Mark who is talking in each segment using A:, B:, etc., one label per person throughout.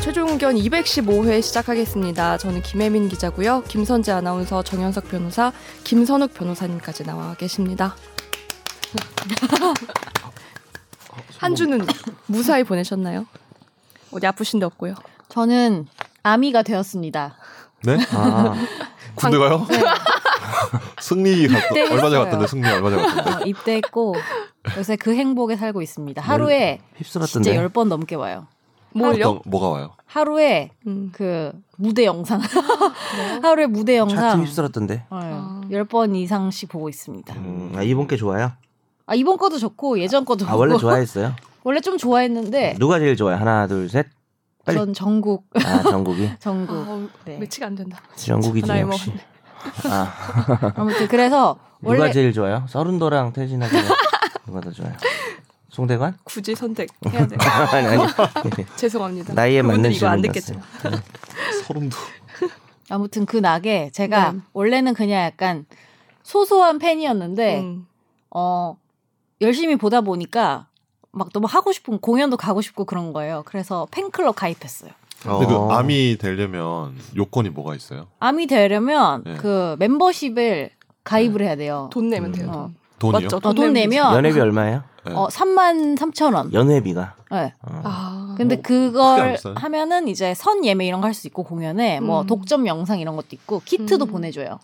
A: 최종견 215회 시작하겠습니다. 저는 김혜민 기자고요. 김선재 아나운서, 정현석 변호사, 김선욱 변호사님까지 나와 계십니다. 한 주는 무사히 보내셨나요? 어디 아프신 데 없고요.
B: 저는 아미가 되었습니다.
C: 네?
D: 아,
C: 군대 가요? 승리 갔다,
B: 네,
C: 얼마 전에
B: 했어요.
C: 갔던데 승리 얼마 전에 갔던데
B: 어, 입대했고 요새 그 행복에 살고 있습니다. 하루에 진짜
D: 휩쓸었던데.
B: 10번 넘게 와요.
A: 뭘요?
C: 어떤- 뭐가 와요?
B: 하루에
A: 음.
B: 그 무대 영상 하루에 무대
D: 차트
B: 영상
D: 휩쓸었던데.
B: 어,
A: 아.
B: 10번 이상씩 보고 있습니다.
D: 음, 아, 이번 게 좋아요.
B: 아 이번 거도 좋고 예전 거도
D: 아, 원래
B: 좋고.
D: 좋아했어요.
B: 원래 좀 좋아했는데
D: 누가 제일 좋아요? 하나, 둘, 셋. 빨리.
B: 전 전국
D: 아, 정국이.
A: 아,
B: 전국
A: 어,
B: 네.
A: 매치가 안 된다.
D: 정국이지
A: 나이
D: 역시.
A: 먹었네.
D: 아,
B: 아무튼 그래서
D: 누가
B: 원래
D: 제일 좋아요? 서른도랑 태진하고 누가 더 좋아요? 송대관?
A: 굳이 선택해야 돼.
D: 아니, 아니.
A: 죄송합니다.
D: 나이에 맞는
A: 그분들 이거 안
D: 질문
A: 듣겠죠.
D: 같아요.
C: 서른도
B: 아무튼 그 낙에 제가
A: 네.
B: 원래는 그냥 약간 소소한 팬이었는데
A: 음.
B: 어, 열심히 보다 보니까 막 너무 하고 싶은 공연도 가고 싶고 그런 거예요. 그래서 팬클럽 가입했어요.
C: 근데 그
D: 어.
C: 암이 되려면 요건이 뭐가 있어요?
B: 암이 되려면
C: 네.
B: 그 멤버십을 가입을 해야 돼요.
A: 돈 내면 돼요.
B: 어,
C: 돈이요?
A: 맞죠?
B: 어, 돈 내면
D: 연회비 얼마예요?
C: 네.
B: 어, 3만 3천 원.
D: 연회비가.
B: 네.
D: 어.
A: 아,
B: 근데
C: 어, 그게 안
B: 그걸
C: 비싸요?
B: 하면은 이제 선 예매 이런 거 할 수 있고 공연에 뭐
A: 음.
B: 독점 영상 이런 것도 있고 키트도
A: 음.
B: 보내줘요.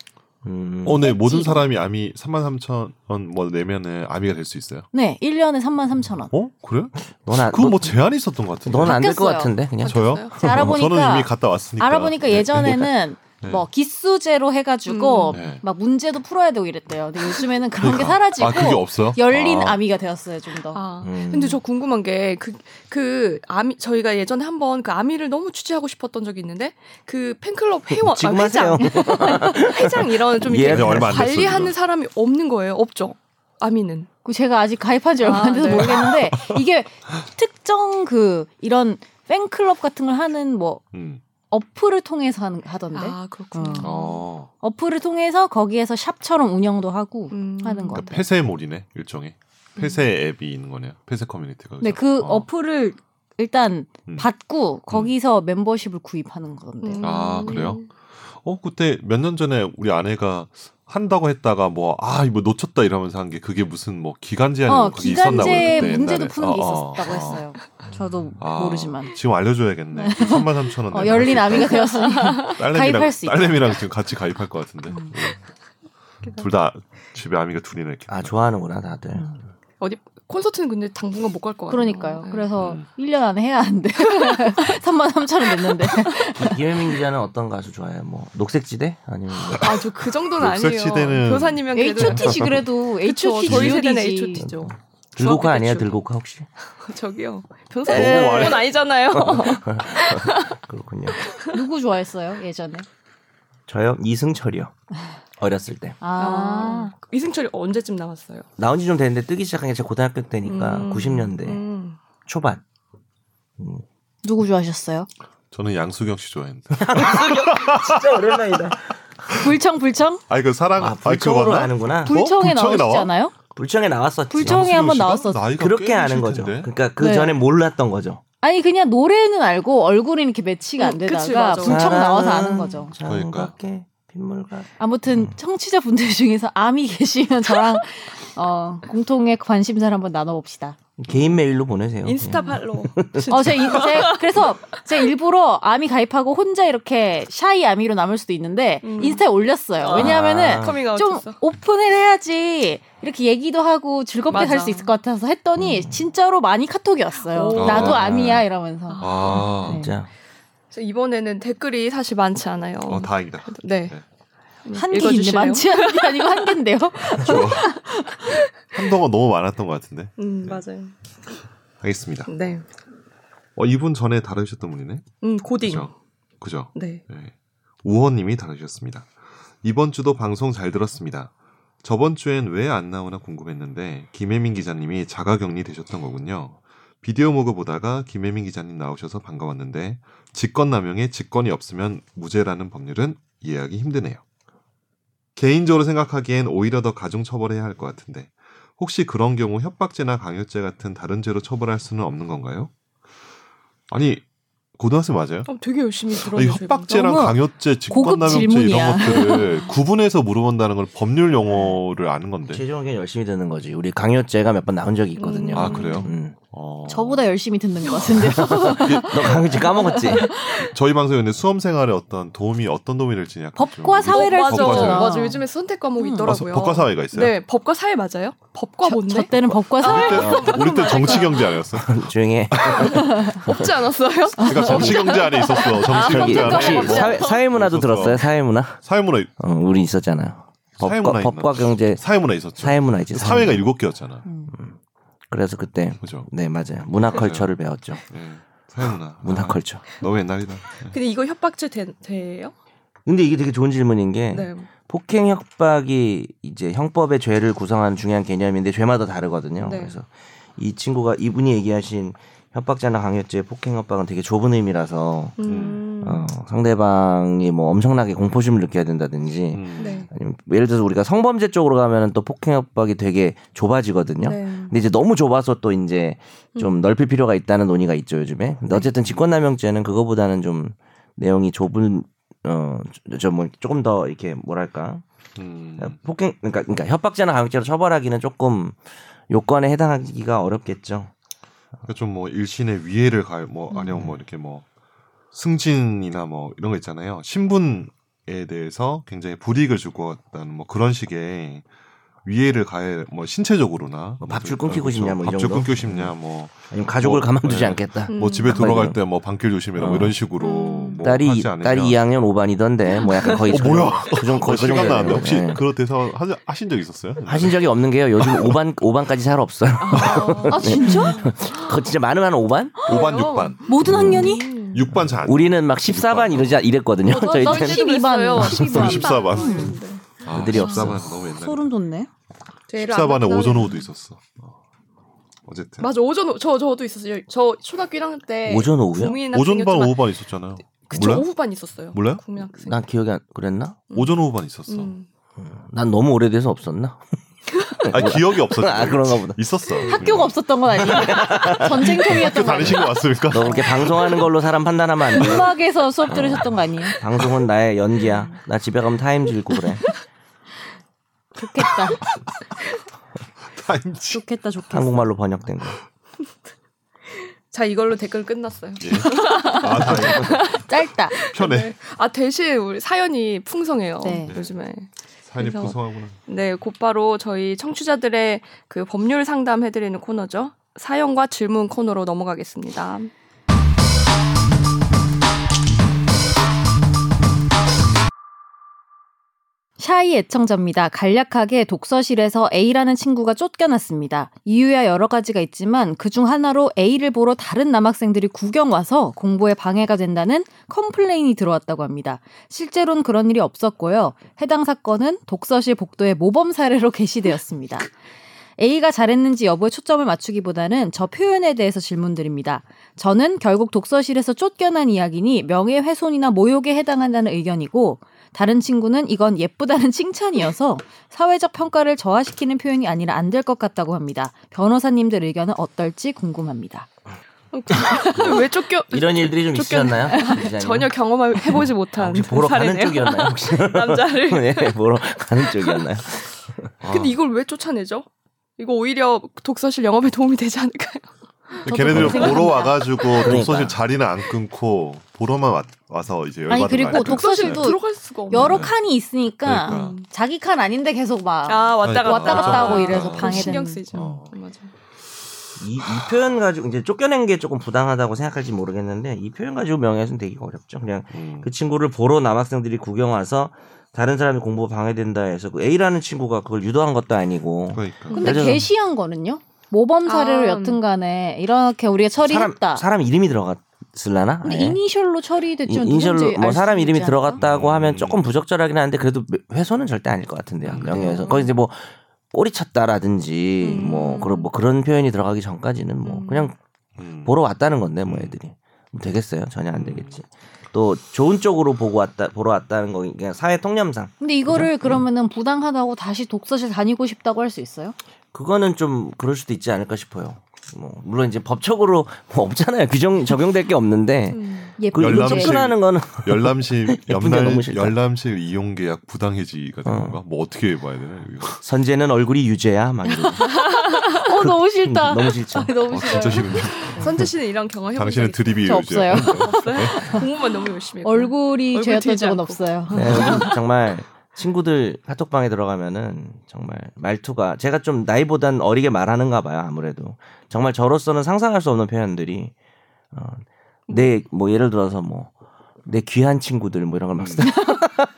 D: 음.
C: 어, 네. 모든
B: 했지.
C: 사람이 암이 33,000원 뭐 내면은 암이가 될 수 있어요.
B: 네, 1년에 3만 3천 원.
C: 어? 그래?
D: 넌 안,
C: 그건 뭐 제한이 있었던 것 같은데. 아,
D: 넌 안 될 것
B: 바뀌었어요.
D: 같은데, 그냥.
C: 저요?
A: 바뀌었어요?
B: 알아보니까-
C: 저는 이미 갔다 왔으니까.
B: 알아보니까
C: 네.
B: 예전에는
C: 네.
B: 뭐 기수제로 해가지고
A: 음.
C: 네.
B: 막 문제도 풀어야 되고 이랬대요. 근데 요즘에는 그런 게
C: 그러니까.
B: 사라지고
C: 아, 그게 없어요?
B: 열린
D: 아.
B: 아미가 되었어요 좀 더.
A: 아.
D: 음.
A: 근데 저 궁금한 게 그 그 아미 저희가 예전에 한번 그 아미를 너무 취재하고 싶었던 적이 있는데 그 팬클럽 회원
D: 지금
A: 아, 회장
D: 하세요.
A: 회장 이런 좀
D: 예,
C: 네,
A: 이렇게
C: 얼마 안 됐어요.
A: 관리하는
C: 지금.
A: 사람이 없는 거예요. 없죠. 아미는.
B: 그 제가 아직 가입한 지 얼마
A: 아,
B: 안 돼서
A: 네.
B: 모르겠는데 이게 특정 그 이런 팬클럽 같은 걸 하는 뭐
C: 음.
B: 어플을 통해서 하는, 하던데
A: 아 그렇군요.
B: 음.
C: 어.
B: 어플을 통해서 거기에서 샵처럼 운영도 하고
A: 음.
B: 하는 것
C: 그러니까
B: 같아요.
C: 폐쇄몰이네, 일종의. 폐쇄 앱이 있는 거네요. 폐쇄 커뮤니티가.
B: 음. 네,
C: 그죠?
B: 그
C: 어.
B: 어. 플을 일단
C: 음.
B: 받고 거기서 멤버십을 구입하는 건데요.
A: 음.
C: 아, 그래요? 어 그때 몇 년 전에 우리 아내가 한다고 했다가 뭐 아 이거 놓쳤다 이러면서 한 게 그게 무슨 뭐 기간 제한이
B: 어,
C: 그게 있었나
B: 기간제
C: 보는데 아,
B: 문제도 푸는 게 있었다고 했어요. 저도 모르지만.
C: 지금 알려줘야겠네. 3만 3천 원.
B: 어, 열린 아미가 되었으니 가입할 수 있다. 음.
C: 딸내미랑 지금 같이 가입할 것 같은데. 예. 둘 다 집에 아미가 둘이나 이렇게.
D: 아, 좋아하는구나, 다들.
A: 콘서트는 근데 당분간 못 갈 것 같아요.
B: 그러니까요.
A: 네.
B: 그래서
C: 음.
B: 1년 안에 해야 한대. 3만 3천 원 냈는데.
D: 김혜민 기자는 어떤 가수 좋아해요? 뭐, 녹색지대? 아니면 뭐,
A: 아, 저 그 정도는
C: 녹색
A: 아니에요.
C: 시대는
A: 교사님은 그래도
B: H.O.T.지 그래도
A: 그쵸,
B: H.O.T.
A: 저희 세대는
B: G.O.D. 지.
A: H.O.T죠.
D: 들고카 아니야,
A: 중학교 때
D: 들고카 혹시?
C: 어, 뭐
A: 저기요.
D: 네.
A: 변호사님 그건 아니잖아요.
D: 그렇군요.
B: 누구 좋아했어요 예전에?
D: 저요? 이승철이요. 어렸을 때.
B: 아,
A: 이승철이 언제쯤 나왔어요?
D: 나온 지 좀 됐는데 뜨기 시작한 게 제가 고등학교
C: 그러니까
D: 때니까
A: 음.
D: 90년대
A: 음.
D: 초반.
B: 누구 좋아하셨어요?
C: 저는 양수경 씨 좋아했는데.
D: 진짜 오랜만이다.
B: 불청
A: 뭐?
B: 불청?
C: 아니 그 사랑
D: 아, 불청으로
C: 아,
D: 아는구나.
C: 불-
B: 불청에
C: 불청에
B: 나오시지
C: 나와?
B: 않아요?
D: 불청에 나왔었지.
B: 불청- 불청에 한번 나왔었어.
D: 그렇게 아는 거죠. 그러니까 그
B: 네.
D: 전에 몰랐던 거죠.
B: 아니 그냥 노래는 알고 얼굴이 이렇게 매치가 안
A: 음,
B: 되다가
A: 그치, 맞아.
B: 불청 나와서 아는 거죠.
C: 그러니까.
D: 장갑게 빗물과
B: 아무튼 청취자 분들 중에서 암이 계시면 저랑 어, 공통의 관심사를 한번 나눠봅시다.
D: 개인 메일로 보내세요.
A: 인스타 팔로.
B: 어, 제, 인- 제 그래서 제 일부러 아미 가입하고 혼자 이렇게 샤이 아미로 남을 수도 있는데
A: 음.
B: 인스타에 올렸어요.
A: 아.
B: 왜냐하면은
A: 커밍아웃
B: 좀
A: 했어.
B: 오픈을 해야지 이렇게 얘기도 하고 즐겁게
A: 맞아.
B: 살 수 있을 것 같아서 했더니 진짜로 많이 카톡이 왔어요.
A: 오.
B: 나도
D: 아.
B: 음. 아미야 이러면서.
C: 아,
B: 네.
D: 진짜.
A: 그래서 이번에는 댓글이 사실 많지 않아요.
C: 어 다행이다.
A: 네.
C: 네.
B: 한 개 있네.
A: 읽어주실래요? 어.
B: 많지 않은 게 아니고 한 개인데요.
C: 좋아. 한동안 너무 많았던 것 같은데.
A: 음, 맞아요.
C: 알겠습니다.
A: 네.
C: 어 이분 전에 다루셨던 분이네.
A: 음, 고딩.
C: 그죠. 그죠.
A: 네.
C: 네. 우원님이 다루셨습니다. 이번 주도 방송 잘 들었습니다. 저번 주엔 왜 안 나오나 궁금했는데 김혜민 기자님이 자가격리 되셨던 거군요. 비디오 모그 보다가 김혜민 기자님 나오셔서 반가웠는데 직권남용에 직권이 없으면 무죄라는 법률은 이해하기 힘드네요. 개인적으로 생각하기엔 오히려 더 가중 처벌해야 할 것 같은데 혹시 그런 경우 협박죄나 강요죄 같은 다른 죄로 처벌할 수는 없는 건가요? 아니 고등학생 맞아요?
A: 어, 되게 열심히
C: 이
A: 들어주세요.
C: 협박죄랑
B: 너무
C: 강요죄,
B: 고급
C: 직권남용죄 이런
B: 질문이야.
C: 것들을 구분해서 물어본다는 걸 법률 용어를 아는 건데.
D: 최종 의견 열심히 듣는 거지. 우리 강요죄가 몇 번 나온 적이 있거든요.
A: 음.
C: 아 그래요?
D: 음.
C: 어.
B: 저보다 열심히 듣는 것 같은데요.
D: 너 강요죄 까먹었지?
C: 저희 방송에 수험 생활에 어떤 도움이 어떤 도움이 될지 약간
B: 법과 사회-
C: 좀-
B: 사회를
A: 맞아,
C: 어, 법과 사회.
A: 맞아. 요즘에 선택 과목이
B: 음.
C: 맞아,
A: 있더라고요.
C: 법과 사회가 있어요.
A: 네, 법과 사회 맞아요? 법과
B: 저,
A: 뭔데?
B: 저 때는 법과 사회
C: 우리 때, 아, 우리 때 정치 경제 아니었어?
D: 조용히 해.
A: 없지 않았어요?
C: 그러니까 정치 경제 안에 있었어.
B: 아,
A: 아,
C: 정치
D: 저기
B: 그러니까
C: 경제 안에.
D: 혹시
A: 없었어.
D: 사회,
B: 뭐.
D: 사회문화도
C: 없었어.
D: 들었어요? 사회문화?
C: 사회문화
D: 어, 우리 있었잖아요.
C: 사회문화
D: 법과, 법과
C: 있나?
D: 경제
C: 사회문화 있었죠.
D: 사회문화이지.
C: 사회가
D: 사회문화.
C: 일곱 개였잖아.
B: 음.
D: 그래서 그때
C: 그죠?
D: 네 맞아요. 문화컬처를 배웠죠.
C: 예. 사회문화.
D: 문화컬처.
C: 아, 너무 옛날이다.
B: 네.
C: 예.
A: 근데 이거 협박죄 되, 돼요?
D: 근데 이게 되게 좋은 질문인 게
A: 네.
D: 폭행 협박이 이제 형법의 죄를 구성하는 중요한 개념인데 죄마다 다르거든요.
A: 네.
D: 그래서 이 친구가 이분이 얘기하신 협박자나 강요죄, 폭행 협박은 되게 좁은 의미라서
A: 음.
C: 아,
D: 어, 상대방이 뭐 엄청나게 공포심을 느껴야 된다든지
C: 음.
A: 네.
D: 아니면 예를 들어서 우리가 성범죄 쪽으로 가면은 또 폭행 협박이 되게 좁아지거든요.
A: 네. 음.
D: 근데 이제 너무 좁아서 또 이제 좀 넓힐 필요가 있다는 논의가 있죠 요즘에.
A: 네.
D: 근데 어쨌든 직권남용죄는 그거보다는 좀 내용이 좁은 어좀뭐 조금 더 이렇게 뭐랄까
C: 음.
B: 네.
D: 폭행 그러니까 그러니까 협박죄나 강요죄로 처벌하기는 조금 요건에 해당하기가 어렵겠죠.
C: 그러니까 좀뭐 일신의 위해를 갈뭐 아니면 뭐 이렇게 뭐 승진이나 뭐 이런 거 있잖아요. 신분에 대해서 굉장히 불이익을 주고 왔다는 뭐 그런 식의 위해를 가해 뭐 신체적으로나
D: 뭐밥줄 끊기고 싶냐, 뭐이
C: 밥줄
D: 정도?
C: 끊기고 싶냐 뭐
D: 아니면 가족을
C: 뭐,
D: 가만두지
C: 네.
D: 않겠다.
A: 음.
C: 뭐 집에
D: 한마디로.
C: 돌아갈 때 뭐 방길 조심해라 뭐
D: 어.
C: 이런 식으로
A: 음.
C: 뭐
D: 딸이
C: 하지 않으면
D: 딸이 2학년
A: 네.
D: 5반이던데 뭐 약간 거의
C: 어,
D: 그 정도-
C: 뭐야
D: 그 정도
C: 어,
D: 거의 그
C: 시간
D: 정도예요.
C: 나는데 혹시
D: 네.
C: 그런 대사 하, 하신 적 있었어요?
D: 하신 적이 없는 게요. 요즘 5반 5반까지 잘 없어요.
B: 아
C: 네.
B: 진짜?
D: 그거 진짜 많으면 한 5반?
C: 5반 6반
B: 모든 학년이?
C: 6반 잘안
D: 우리는 막 아, 14반 이러지 이랬거든요. 저희
B: 넌
D: 때는.
B: 어, 시- 12반.
A: 12반.
C: 14반.
A: 네.
D: 애들이 없어.
C: 아, 너무 옛날
B: 소름 돋네.
C: 14반에 오전호도 있었어 어. 어쨌든
A: 맞아 오전 저 저도 있었어요. 저 초등학교 1학년 때
D: 오전 오후요?
A: 국민학생이었지만-
C: 오전반 오후반 있었잖아요
A: 그쵸
C: 몰라요?
A: 오후반 있었어요.
C: 몰라요?
A: 국민학생.
D: 난 기억이 안 그랬나?
C: 오전 오후반 있었어
A: 음.
D: 난 너무 오래돼서 없었나?
C: 아 기억이 없었지
D: 아 그런가 보다.
C: 있었어
B: 학교가 없었던 건 아니에요.
C: 학교
B: 전쟁통이었던 거
C: 다니신
B: 아니에요.
C: 거 맞습니까?
D: 너 그렇게 방송하는 걸로 사람 판단하면 안 돼.
B: 음악에서 수업 들으셨던 거 아니에요?
D: 방송은 나의 연기야. 나 집에 가면 타임즈 읽고 그래.
B: 좋겠다.
C: 타임지
B: 좋겠다. 좋겠어.
D: 한국말로 번역된 거.
A: 자 이걸로 댓글 끝났어요.
C: 예. 아 다행이다
B: 짧다.
C: 편해
A: 네. 아 대신 우리 사연이 풍성해요.
B: 네.
A: 요즘에.
C: 사연이
A: 그래서-
C: 풍성하구나
A: 네, 곧바로 저희 청취자들의 그 법률 상담 해드리는 코너죠. 사연과 질문 코너로 넘어가겠습니다.
B: 샤이 애청자입니다. 간략하게 독서실에서 A라는 친구가 쫓겨났습니다. 이유야 여러 가지가 있지만 그중 하나로 A를 보러 다른 남학생들이 구경 와서 공부에 방해가 된다는 컴플레인이 들어왔다고 합니다. 실제로는 그런 일이 없었고요. 해당 사건은 독서실 복도의 모범 사례로 게시되었습니다. A가 잘했는지 여부에 초점을 맞추기보다는 저 표현에 대해서 질문드립니다. 저는 결국 독서실에서 쫓겨난 이야기니 명예훼손이나 모욕에 해당한다는 의견이고 다른 친구는 이건 예쁘다는 칭찬이어서 사회적 평가를 저하시키는 표현이 아니라 안 될 것 같다고 합니다. 변호사님들 의견은 어떨지 궁금합니다.
A: 왜 쫓겨?
D: 이런 일들이 좀 있으셨나요? 기자님?
A: 전혀 경험해보지 못한
D: 혹시 보러 가는
A: 사례네요.
D: 쪽이었나요? 혹시
A: 남자를.
D: 네, 보러 가는 쪽이었나요?
A: 근데 이걸 왜 쫓아내죠? 이거 오히려 독서실 영업에 도움이 되지 않을까요?
C: 걔네들이
B: 그렇게
C: 보러
B: 생각합니다.
C: 와가지고 독서실
D: 그러니까요.
C: 자리는 안 끊고 보러만 와, 와서 이제 열받은
B: 아니, 그리고
C: 거 아닐까요?
B: 독서실도
C: 네.
A: 들어갈 수가 없네.
B: 여러 칸이 있으니까
C: 그러니까.
B: 자기 칸 아닌데 계속 막
A: 아 왔다 갔다
B: 왔다 갔다 하고
A: 아,
B: 이래서
A: 그거
B: 방해되는-
A: 신경 쓰이죠.
C: 어.
A: 맞아.
D: 이, 이 표현 가지고 이제 쫓겨낸 게 조금 부당하다고 생각할지 모르겠는데 이 표현 가지고 명예훼손 되기가 어렵죠. 그냥
C: 음.
D: 그 친구를 보러 남학생들이 구경 와서 다른 사람이 공부 방해된다 해서 그 A라는 친구가 그걸 유도한 것도 아니고
C: 그러니까
B: 근데
D: 예를 들어-
B: 게시한 거는요? 모범 사례로
A: 아.
B: 여튼간에 이렇게 우리가 처리했다.
D: 사람 사람 이름이 들어갔을라나?
B: 근데
D: 아예?
B: 이니셜로 처리됐죠.
D: 이- 이니셜로
B: 누군지
D: 뭐
B: 알수
D: 사람
B: 있지
D: 이름이
B: 않을까?
D: 들어갔다고 하면
C: 음.
D: 조금 부적절하긴 한데 그래도 훼손은 절대 아닐 것 같은데요.
C: 음,
D: 명예훼손.
A: 그래요?
D: 거기 이제 뭐 꼬리 쳤다라든지
A: 음.
D: 뭐 그런 뭐 그런 표현이 들어가기 전까지는 뭐
A: 음.
D: 그냥
C: 음.
D: 보러 왔다는 건데 뭐 애들이 되겠어요? 전혀 안 되겠지. 또 좋은 쪽으로 보고 왔다 보러 왔다는 거 그냥 사회 통념상
B: 근데 이거를 그러면은 부당하다고 다시 독서실 다니고 싶다고 할 수 있어요?
D: 그거는 좀 그럴 수도 있지 않을까 싶어요. 뭐 물론 이제 법적으로 뭐 없잖아요. 규정 적용될 게 없는데
A: 음.
B: 예쁜
D: 그 이거
C: 열람실.
D: 접근하는 거는
C: 열람시
D: 예쁜 게
C: 연날
D: 너무 싫다.
C: 열람시 이용 계약 부당 해지가 되는 건가? 뭐 어떻게 봐야 되나? 이거
D: 선제는 얼굴이 유죄야. 막 이러고. 음,
B: 어 너무 싫다.
D: 너무 싫죠.
B: 아, 너무
C: 어,
B: 싫어요.
C: 진짜 싫은데.
A: 선재 씨는 이런 경험 해본 적
C: 당신의 드립이
B: 저
C: 유죄.
B: 없어요.
A: 없어요? 공부만 너무 열심히 했구나.
B: 얼굴이
A: 얼굴
B: 죄였던
A: 튀지
B: 적은
A: 않고.
B: 없어요.
D: 네, 요즘 정말 친구들 카톡방에 들어가면은 정말 말투가 제가 좀 나이보단 어리게 말하는가 봐요 아무래도 정말 저로서는 상상할 수 없는 표현들이 어, 내 뭐 예를 들어서 뭐 내 귀한 친구들 뭐 이런 걸 막 쓰.
B: 음.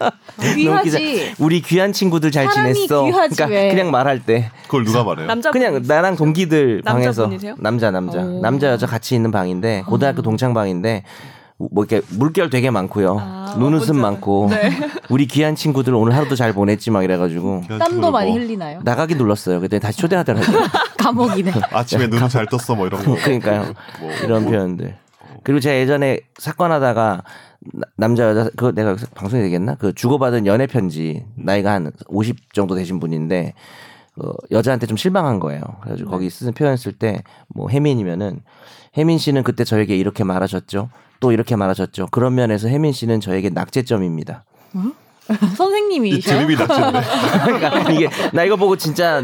A: 아,
B: 귀하지.
D: 우리 귀한 친구들 잘
B: 사람이
D: 지냈어.
B: 귀하지,
D: 그러니까
B: 왜.
D: 그냥 말할 때
C: 그걸 누가 말해요?
A: 남자
D: 그냥 나랑 동기들 방에서
A: 남자분이세요? 아.
D: 남자 남자
B: 오.
D: 남자 여자 같이 있는 방인데 고등학교 동창 방인데 뭐 이렇게 물결 되게 많고요.
A: 아, 네.
D: 눈웃음
A: 뭔지
D: 많고
A: 알아요.
D: 우리 귀한 친구들 오늘 하루도 잘 보냈지 막 이래가지고
C: 귀한 친구들
B: 땀도 많이
C: 뭐
B: 흘리나요?
D: 나가기 눌렀어요. 그때 다시 초대하더라고요.
B: 감옥이네.
C: 아침에 눈 잘 떴어 뭐 이런 거.
D: 그러니까요.
C: 뭐 어.
D: 이런 표현들. 그리고 제가 예전에 사건하다가 나- 남자 여자 그거 내가 방송에 얘기했나? 그 주고받은 연애 편지 나이가 한 50 정도 되신 분인데 어, 여자한테 좀 실망한 거예요. 그래가지고
C: 네.
D: 거기 쓰는 표현 쓸 때 뭐 혜민이면은 혜민 씨는 그때 저에게 이렇게 말하셨죠. 또 이렇게 말하셨죠. 그런 면에서 혜민 씨는 저에게 낙제점입니다.
C: 이
B: 선생님이셔요?
C: 드립이 낫지.
D: 그러니까 이게 나 이거 보고 진짜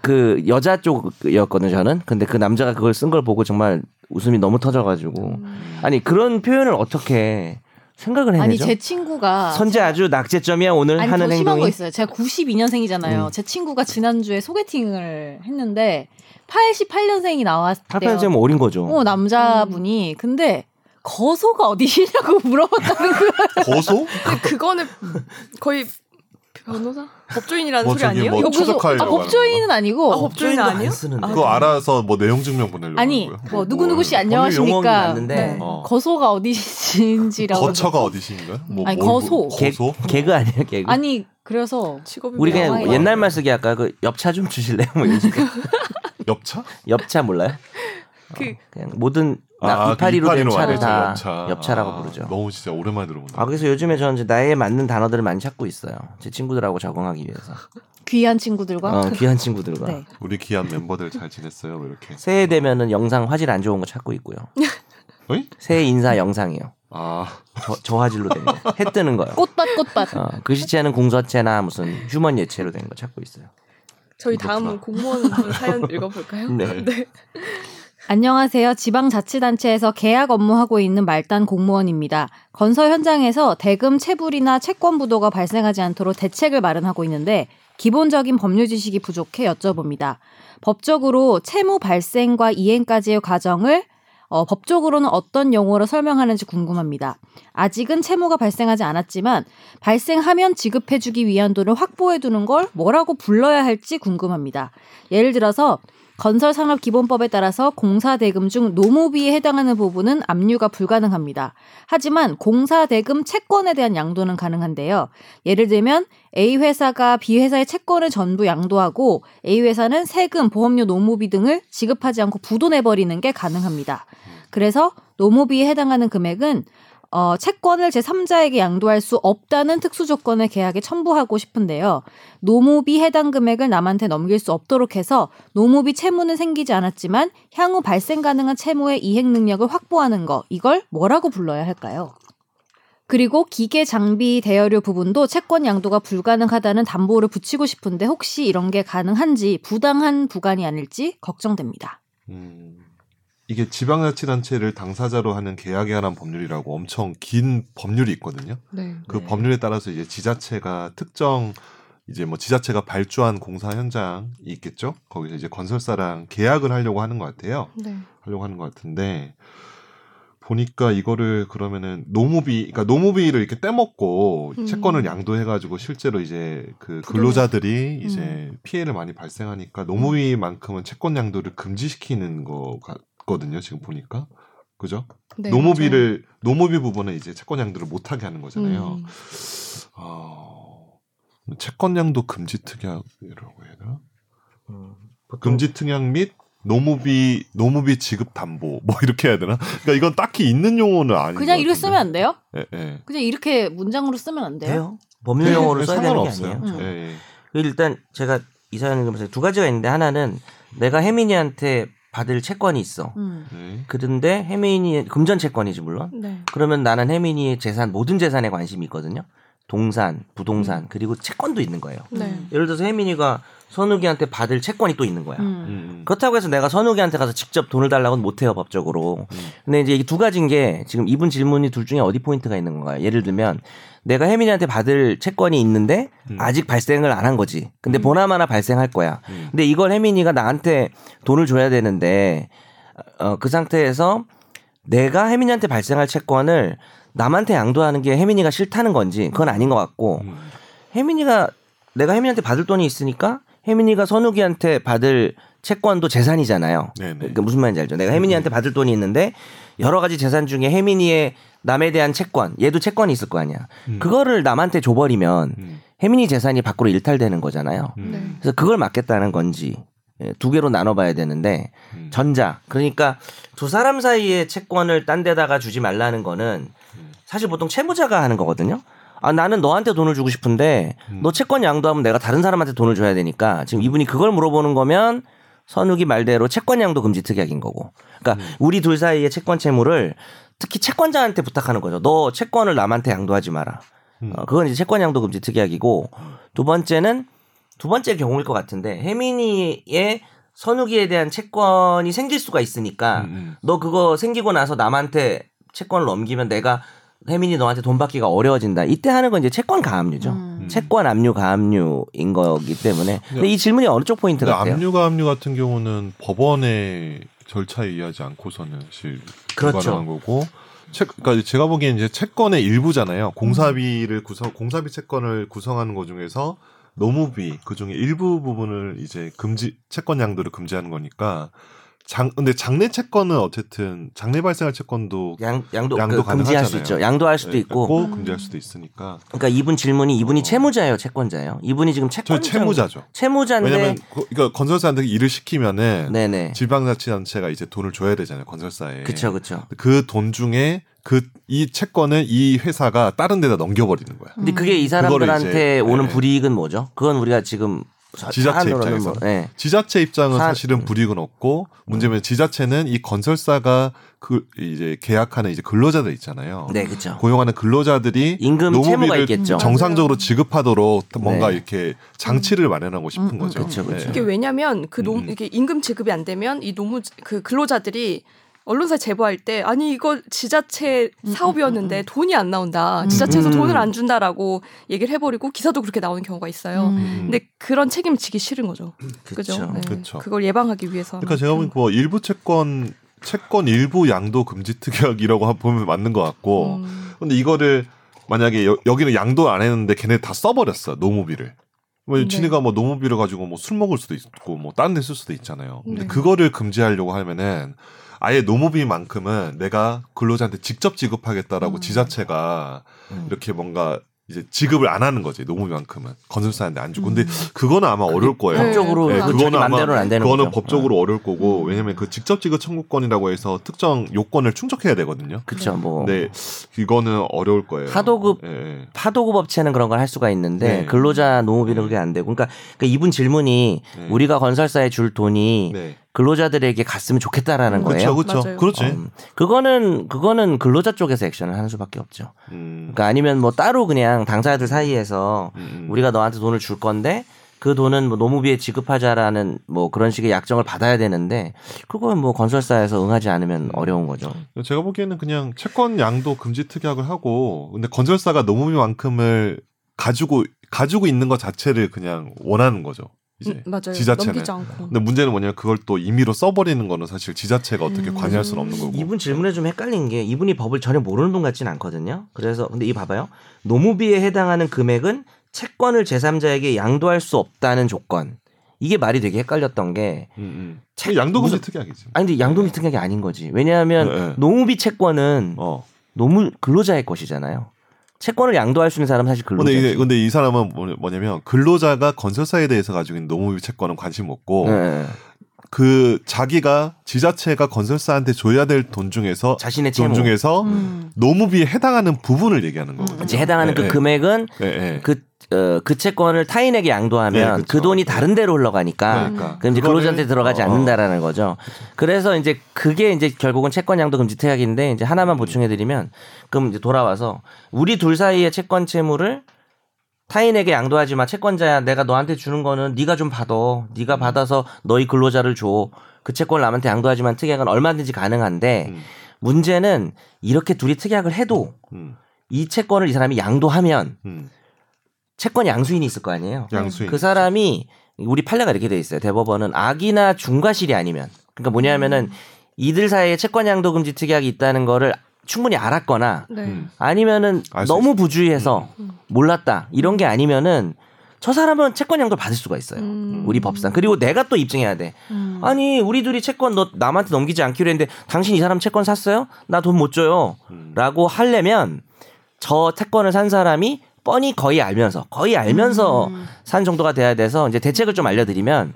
D: 그 여자 쪽이었거든요 저는 근데 그 남자가 그걸 쓴 걸 보고 정말 웃음이 너무 터져가지고 아니 그런 표현을 어떻게 생각을
B: 음. 아니
D: 해내죠?
B: 제 친구가
D: 선제 아주 낙제점이야 오늘
B: 아니
D: 하는
B: 더 심한 거
D: 행동이
B: 있어요. 제가 92년생이잖아요. 제 친구가 지난주에 소개팅을 했는데 88년생이 나왔대요.
D: 탈편쌤 어린 거죠.
B: 어
A: 음.
B: 남자분이 근데 거소가 어디시냐고 물어봤다는 그 거예요.
C: 고소?
A: 근데 그거는 거의 변호사? 법조인이라는
C: 뭐
A: 소리
C: 저기
A: 아니에요?
C: 뭐
A: 이거
B: 무슨-
C: 추적하려고
B: 아, 법조인은 아니고
A: 아, 법조인
D: 안
A: 아니에요?
D: 쓰는데.
C: 그거 알아서 뭐 내용 증명 보내려고
B: 네. 아니
C: 하는 거예요?
B: 뭐 누구 누구 씨
D: 법률 용어는
B: 안녕하십니까.
D: 맞는데.
B: 네.
C: 어.
B: 거소가 어디신지라고
C: 거처가 어디신가요? 뭐
B: 아니,
C: 뭘-
B: 거소.
D: 개,
C: 거소?
D: 개그 아니에요 개그.
B: 아니 그래서
A: 아, 직업이
D: 우리 그냥
A: 뭐야?
B: 영화예요.
D: 옛날 말 쓰기 아까 그 엽차 좀 주실래요? 뭐 이런 식으로.
C: 엽차?
D: 엽차 몰라요? 어,
A: 그
D: 그냥 모든 나
C: 아,
D: 이파리로
C: 그 이파리로
D: 된 차를
C: 알죠,
D: 다
C: 엽차.
D: 엽차라고
C: 아,
D: 부르죠.
C: 너무 진짜 오랜만에 들어본다.
D: 아 그래서 요즘에 저는 이제 나에 맞는 단어들을 많이 찾고 있어요. 제 친구들하고 적응하기 위해서.
B: 귀한 친구들과
D: 어, 귀한 친구들과.
B: 네.
C: 우리 귀한 멤버들 잘 지냈어요? 뭐 이렇게.
D: 새해 되면은 영상 화질 안 좋은 거 찾고 있고요.
C: 어이?
D: 새해 인사 영상이요.
C: 아,
D: 저, 저화질로 된 거. 해 뜨는 거요.
B: 꽃밭 꽃밭
D: 어, 글씨체는 공서체나 무슨 휴먼 예체로 된 거 찾고 있어요.
A: 저희 다음
C: 그렇구나.
A: 공무원 분 사연 읽어볼까요?
D: 네.
B: 안녕하세요. 지방자치단체에서 계약 업무하고 있는 말단 공무원입니다. 건설 현장에서 대금 체불이나 채권 부도가 발생하지 않도록 대책을 마련하고 있는데 기본적인 법률 지식이 부족해 여쭤봅니다. 법적으로 채무 발생과 이행까지의 과정을 어, 법적으로는 어떤 용어로 설명하는지 궁금합니다. 아직은 채무가 발생하지 않았지만 발생하면 지급해주기 위한 돈을 확보해두는 걸 뭐라고 불러야 할지 궁금합니다. 예를 들어서 건설산업기본법에 따라서 공사대금 중 노무비에 해당하는 부분은 압류가 불가능합니다. 하지만 공사대금 채권에 대한 양도는 가능한데요. 예를 들면 A 회사가 B 회사의 채권을 전부 양도하고 A 회사는 세금, 보험료, 노무비 등을 지급하지 않고 부도내버리는 게 가능합니다. 그래서 노무비에 해당하는 금액은 어, 채권을 제3자에게 양도할 수 없다는 특수 조건을 계약에 첨부하고 싶은데요. 노무비 해당 금액을 남한테 넘길 수 없도록 해서 노무비 채무는 생기지 않았지만 향후 발생 가능한 채무의 이행 능력을 확보하는 거 이걸 뭐라고 불러야 할까요? 그리고 기계 장비 대여료 부분도 채권 양도가 불가능하다는 담보를 붙이고 싶은데 혹시 이런 게 가능한지 부당한 부간이 아닐지 걱정됩니다.
C: 음, 이게 지방자치단체를 당사자로 하는 계약에 관한 법률이라고 엄청 긴 법률이 있거든요.
A: 네.
C: 그 법률에 따라서 이제 지자체가 특정 이제 뭐 지자체가 발주한 공사 현장이 있겠죠. 거기서 이제 건설사랑 계약을 하려고 하는 것 같아요.
A: 네.
C: 하려고 하는 것 같은데 보니까 이거를 그러면은 노무비 그러니까 노무비를 이렇게 떼먹고
A: 음.
C: 채권을 양도해가지고 실제로 이제 그
A: 부도를-
C: 근로자들이 이제
A: 음.
C: 피해를 많이 발생하니까 노무비만큼은 채권 양도를 금지시키는 것 같거든요 지금 보니까 그죠
A: 네,
C: 노무비를 노무비 부분은 이제 채권 양도를 못하게 하는 거잖아요
A: 맞아요. 음.
C: 어, 채권 양도 금지 특약이라고 해야 되나 음, 금지 특약 및 노무비 노무비 지급 담보 뭐 이렇게 해야 되나? 그러니까 이건 딱히 있는 용어는 아니에요.
B: 그냥 이렇게 쓰면 안 돼요?
C: 예, 예.
B: 그냥 이렇게 문장으로 쓰면 안 돼요?
D: 돼요? 법률 용어로 써야 되는 게
C: 상관없어요.
D: 아니에요.
B: 음.
D: 그
C: 예,
D: 저는.
C: 예.
D: 일단 제가 이 사연을 보면서 두 가지가 있는데 하나는 내가 혜민이한테 받을 채권이 있어.
B: 음.
C: 네.
D: 그런데 혜민이 금전 채권이지 물론.
A: 네.
D: 그러면 나는 혜민이의 재산 모든 재산에 관심이 있거든요. 동산,
C: 음.
D: 부동산 그리고 채권도 있는 거예요.
A: 네.
D: 예를 들어서 혜민이가 선욱이한테 받을 채권이 또 있는 거야.
B: 음.
C: 음.
D: 그렇다고 해서 내가 선욱이한테 가서 직접 돈을 달라고는 못해요 법적으로.
C: 음.
D: 근데 이제 이게 두 가지인 게 지금 이분 질문이 둘 중에 어디 포인트가 있는 건가요? 예를 들면 내가 혜민이한테 받을 채권이 있는데
C: 음.
D: 아직 발생을 안 한 거지. 근데 보나마나 발생할 거야.
C: 음.
D: 근데 이걸 혜민이가 나한테 돈을 줘야 되는데 어, 그 상태에서 내가 혜민이한테 발생할 채권을 남한테 양도하는 게 혜민이가 싫다는 건지 그건 아닌 것 같고
C: 음.
D: 혜민이가 내가 혜민이한테 받을 돈이 있으니까 혜민이가 선욱이한테 받을 채권도 재산이잖아요.
C: 네네.
D: 그러니까 무슨 말인지 알죠? 내가 혜민이한테 받을 돈이 있는데 여러 가지 재산 중에 혜민이의 남에 대한 채권, 얘도 채권이 있을 거 아니야.
C: 음.
D: 그거를 남한테 줘버리면
C: 음.
D: 혜민이 재산이 밖으로 일탈되는 거잖아요.
C: 음.
A: 네.
D: 그래서 그걸 막겠다는 건지 예, 두 개로 나눠봐야 되는데
C: 음.
D: 전자 그러니까 두 사람 사이의 채권을 딴 데다가 주지 말라는 거는 사실 보통 채무자가 하는 거거든요. 아 나는 너한테 돈을 주고 싶은데
C: 음.
D: 너 채권 양도하면 내가 다른 사람한테 돈을 줘야 되니까 지금 이분이 그걸 물어보는 거면 선욱이 말대로 채권 양도 금지 특약인 거고. 그러니까 우리 둘 사이의 채권 채무를 특히 채권자한테 부탁하는 거죠. 너 채권을 남한테 양도하지 마라.
C: 음.
D: 어, 그건 이제 채권 양도 금지 특약이고 두 번째는 두 번째 경우일 것 같은데 혜민이의 선욱이에 대한 채권이 생길 수가 있으니까
C: 음.
D: 너 그거 생기고 나서 남한테 채권을 넘기면 내가 혜민이 너한테 돈 받기가 어려워진다. 이때 하는 건 이제 채권 가압류죠.
B: 음.
D: 채권 압류 가압류인 거기 때문에. 근데 이 질문이 어느 쪽 포인트
C: 근데
D: 같아요?
C: 네. 압류가 압류 같은 경우는 법원의 절차에 의하지 않고서는 사실
D: 그렇죠.
C: 불가능한 거고 채, 그러니까 제가 보기엔 이제 채권의 일부잖아요.
D: 음.
C: 공사비를 구성 공사비 채권을 구성하는 것 중에서 노무비 그 중에 일부 부분을 이제 금지 채권 양도를 금지하는 거니까 장 근데 장래 채권은 어쨌든 장래 발생할 채권도
D: 양, 양도,
C: 양도
D: 그 금지할 수
C: 가능하잖아요.
D: 있죠. 양도할 수도 있고.
C: 고 금지할 수도 있으니까
D: 그러니까 이분 질문이 이분이
C: 어.
D: 채무자예요, 채권자예요? 이분이 지금 채권
C: 저희 채무자죠.
D: 채무자인데
C: 왜냐면 그, 그러니까 건설사한테 일을 시키면은
D: 네네.
C: 지방자치단체가 이제 돈을 줘야 되잖아요 건설사에.
D: 그쵸 그쵸.
C: 그 돈 중에 그 이 채권을 이 회사가 다른 데다 넘겨버리는 거야.
A: 음.
D: 근데 그게 이
C: 그거를
D: 사람들한테
C: 이제,
D: 오는
C: 네.
D: 불이익은 뭐죠? 그건 우리가 지금 사-
C: 지자체
D: 사안으로는
C: 입장에서.
D: 뭐- 네.
C: 지자체 입장은
D: 사- 음.
C: 사실은 불이익은 없고 문제는 지자체는 이 건설사가 그 이제 계약하는 이제 근로자들 있잖아요.
D: 네, 그렇죠.
C: 고용하는 근로자들이
D: 임금 채무가
C: 노무비를
D: 있겠죠.
C: 정상적으로 지급하도록 뭔가
D: 네.
C: 이렇게 장치를 마련하고 싶은
B: 음,
C: 거죠. 네.
D: 그쵸, 그쵸.
A: 이게 왜냐면 그 노,
C: 음.
A: 이게 임금 지급이 안 되면 이 노무 그 근로자들이 언론사에 제보할 때 아니 이거 지자체
C: 음,
A: 사업이었는데 돈이 안 나온다.
B: 음.
A: 지자체에서
D: 음.
A: 돈을 안 준다라고 얘기를 해버리고 기사도 그렇게 나오는 경우가 있어요.
B: 음.
A: 근데 그런 책임 지기 싫은 거죠.
D: 그쵸.
A: 그죠? 네.
C: 그쵸.
A: 그걸 예방하기 위해서.
C: 그러니까 제가 보니까 뭐 일부 채권 채권 일부 양도 금지 특약이라고 하- 보면 맞는 것 같고
A: 음.
C: 근데 이거를 만약에 여, 기는 양도 안 했는데 걔네 다 써버렸어 노무비를. 뭐
A: 네.
C: 지네가 뭐 노무비를 가지고 뭐 술 먹을 수도 있고 뭐 다른 데 쓸 수도 있잖아요. 근데
A: 네.
C: 그거를 금지하려고 하면은 아예 노무비만큼은 내가 근로자한테 직접 지급하겠다라고
B: 음.
C: 지자체가
D: 음.
C: 이렇게 뭔가 이제 지급을 안 하는 거지 노무비만큼은 건설사한테 안 주고 근데 그거는 아마 어려울 거예요.
A: 법적-
D: 법적으로
A: 네,
D: 그
A: 그거는
D: 자기
C: 아마-
D: 맘대로는 안 되는
C: 그거는
D: 거죠. 네.
C: 법적으로 어려울 거고
B: 음.
C: 왜냐면 그 직접 지급 청구권이라고 해서 특정 요건을 충족해야 되거든요.
D: 그렇죠. 뭐
C: 네, 이거는 어려울 거예요.
D: 하도급
C: 예, 예.
D: 파도급 업체는 그런 걸 할 수가 있는데
C: 네.
D: 근로자 노무비는 그게 안 되고 그러니까, 그러니까 이분 질문이
C: 네.
D: 우리가 건설사에 줄 돈이
C: 네.
D: 근로자들에게 갔으면 좋겠다라는
A: 음.
C: 그렇죠,
D: 거예요.
C: 그렇죠,
A: 맞아요.
C: 그렇지.
D: 음, 그거는 그거는 근로자 쪽에서 액션을 하는 수밖에 없죠.
C: 음,
D: 그러니까 아니면 뭐 따로 그냥 당사자들 사이에서
C: 음,
D: 우리가 너한테 돈을 줄 건데 그 돈은 뭐 노무비에 지급하자라는 뭐 그런 식의 약정을 받아야 되는데 그건 뭐 건설사에서 응하지 않으면 어려운 거죠.
C: 음. 제가 보기에는 그냥 채권 양도 금지 특약을 하고, 근데 건설사가 노무비만큼을 가지고 가지고 있는 것 자체를 그냥 원하는 거죠. 이제 네.
A: 음, 맞아요.
C: 지자체는.
A: 넘기지 않고.
C: 근데 문제는 뭐냐면 그걸 또 임의로 써버리는 거는 사실 지자체가 어떻게
B: 음.
C: 관여할 수는 없는 거고.
D: 이분 질문에 좀 헷갈린 게 이분이 법을 전혀 모르는 분 같진 않거든요. 그래서 근데 이 봐봐요. 노무비에 해당하는 금액은 채권을 제3자에게 양도할 수 없다는 조건. 이게 말이 되게 헷갈렸던 게
C: 음, 음.
D: 채-
C: 양도 금지
D: 무슨-
C: 특약이지.
D: 아니 근데 양도미 특약이 아닌 거지. 왜냐하면
C: 네, 네.
D: 노무비 채권은
C: 어.
D: 노무 근로자의 것이잖아요. 채권을 양도할 수 있는 사람은 사실 근로자.
C: 어, 근데, 이게, 근데 이 사람은 뭐- 뭐냐면 근로자가 건설사에 대해서 가지고 있는 노무비 채권은 관심
D: 네.
C: 없고 그 자기가 지자체가 건설사한테 줘야 될 돈 중에서
D: 자신의 채무.
C: 돈 중에서
B: 음.
C: 노무비에 해당하는 부분을 얘기하는 거거든요.
B: 음.
D: 이제 해당하는
C: 네,
D: 그
C: 네.
D: 금액은
C: 예, 예.
D: 그 어, 그 채권을 타인에게 양도하면
C: 네, 그쵸.
D: 그 돈이 다른 데로 흘러가니까
C: 그러니까.
D: 아, 그럼 이제
C: 그거를-
D: 근로자한테 들어가지
C: 어,
D: 않는다라는 거죠. 그래서 이제 그게 이제 결국은 채권 양도 금지 특약인데 이제
C: 음.
D: 하나만 보충해드리면 그럼 이제 돌아와서 우리 둘 사이의 채권 채무를 타인에게 양도하지 마 채권자야 내가 너한테 주는 거는 네가 좀 받아
C: 음.
D: 네가 받아서 너희 근로자를 줘 그 채권을 남한테 양도하지만 특약은 얼마든지 가능한데
C: 음.
D: 문제는 이렇게 둘이 특약을 해도
C: 음,
D: 이 채권을 이 사람이 양도하면
C: 음.
D: 채권 양수인이 있을 거 아니에요
C: 양수인.
D: 그 사람이 우리 판례가 이렇게 돼 있어요. 대법원은 악이나 중과실이 아니면 그러니까 뭐냐면은
A: 음.
D: 이들 사이에 채권 양도 금지 특약이 있다는 거를 충분히 알았거나
A: 네.
C: 음.
D: 아니면은
C: 알수
D: 너무 부주의해서
A: 음. 음.
D: 몰랐다 이런 게 아니면은 저 사람은 채권 양도를 받을 수가 있어요.
A: 음.
D: 우리 법상 그리고 내가 또 입증해야 돼.
B: 음.
D: 아니 우리 둘이 채권 너 남한테 넘기지 않기로 했는데 당신 이 사람 채권 샀어요? 나 돈 못 줘요.
C: 음.
D: 라고 하려면 저 채권을 산 사람이 뻔히 거의 알면서 거의 알면서 산 정도가 돼야 돼서 이제 대책을 좀 알려드리면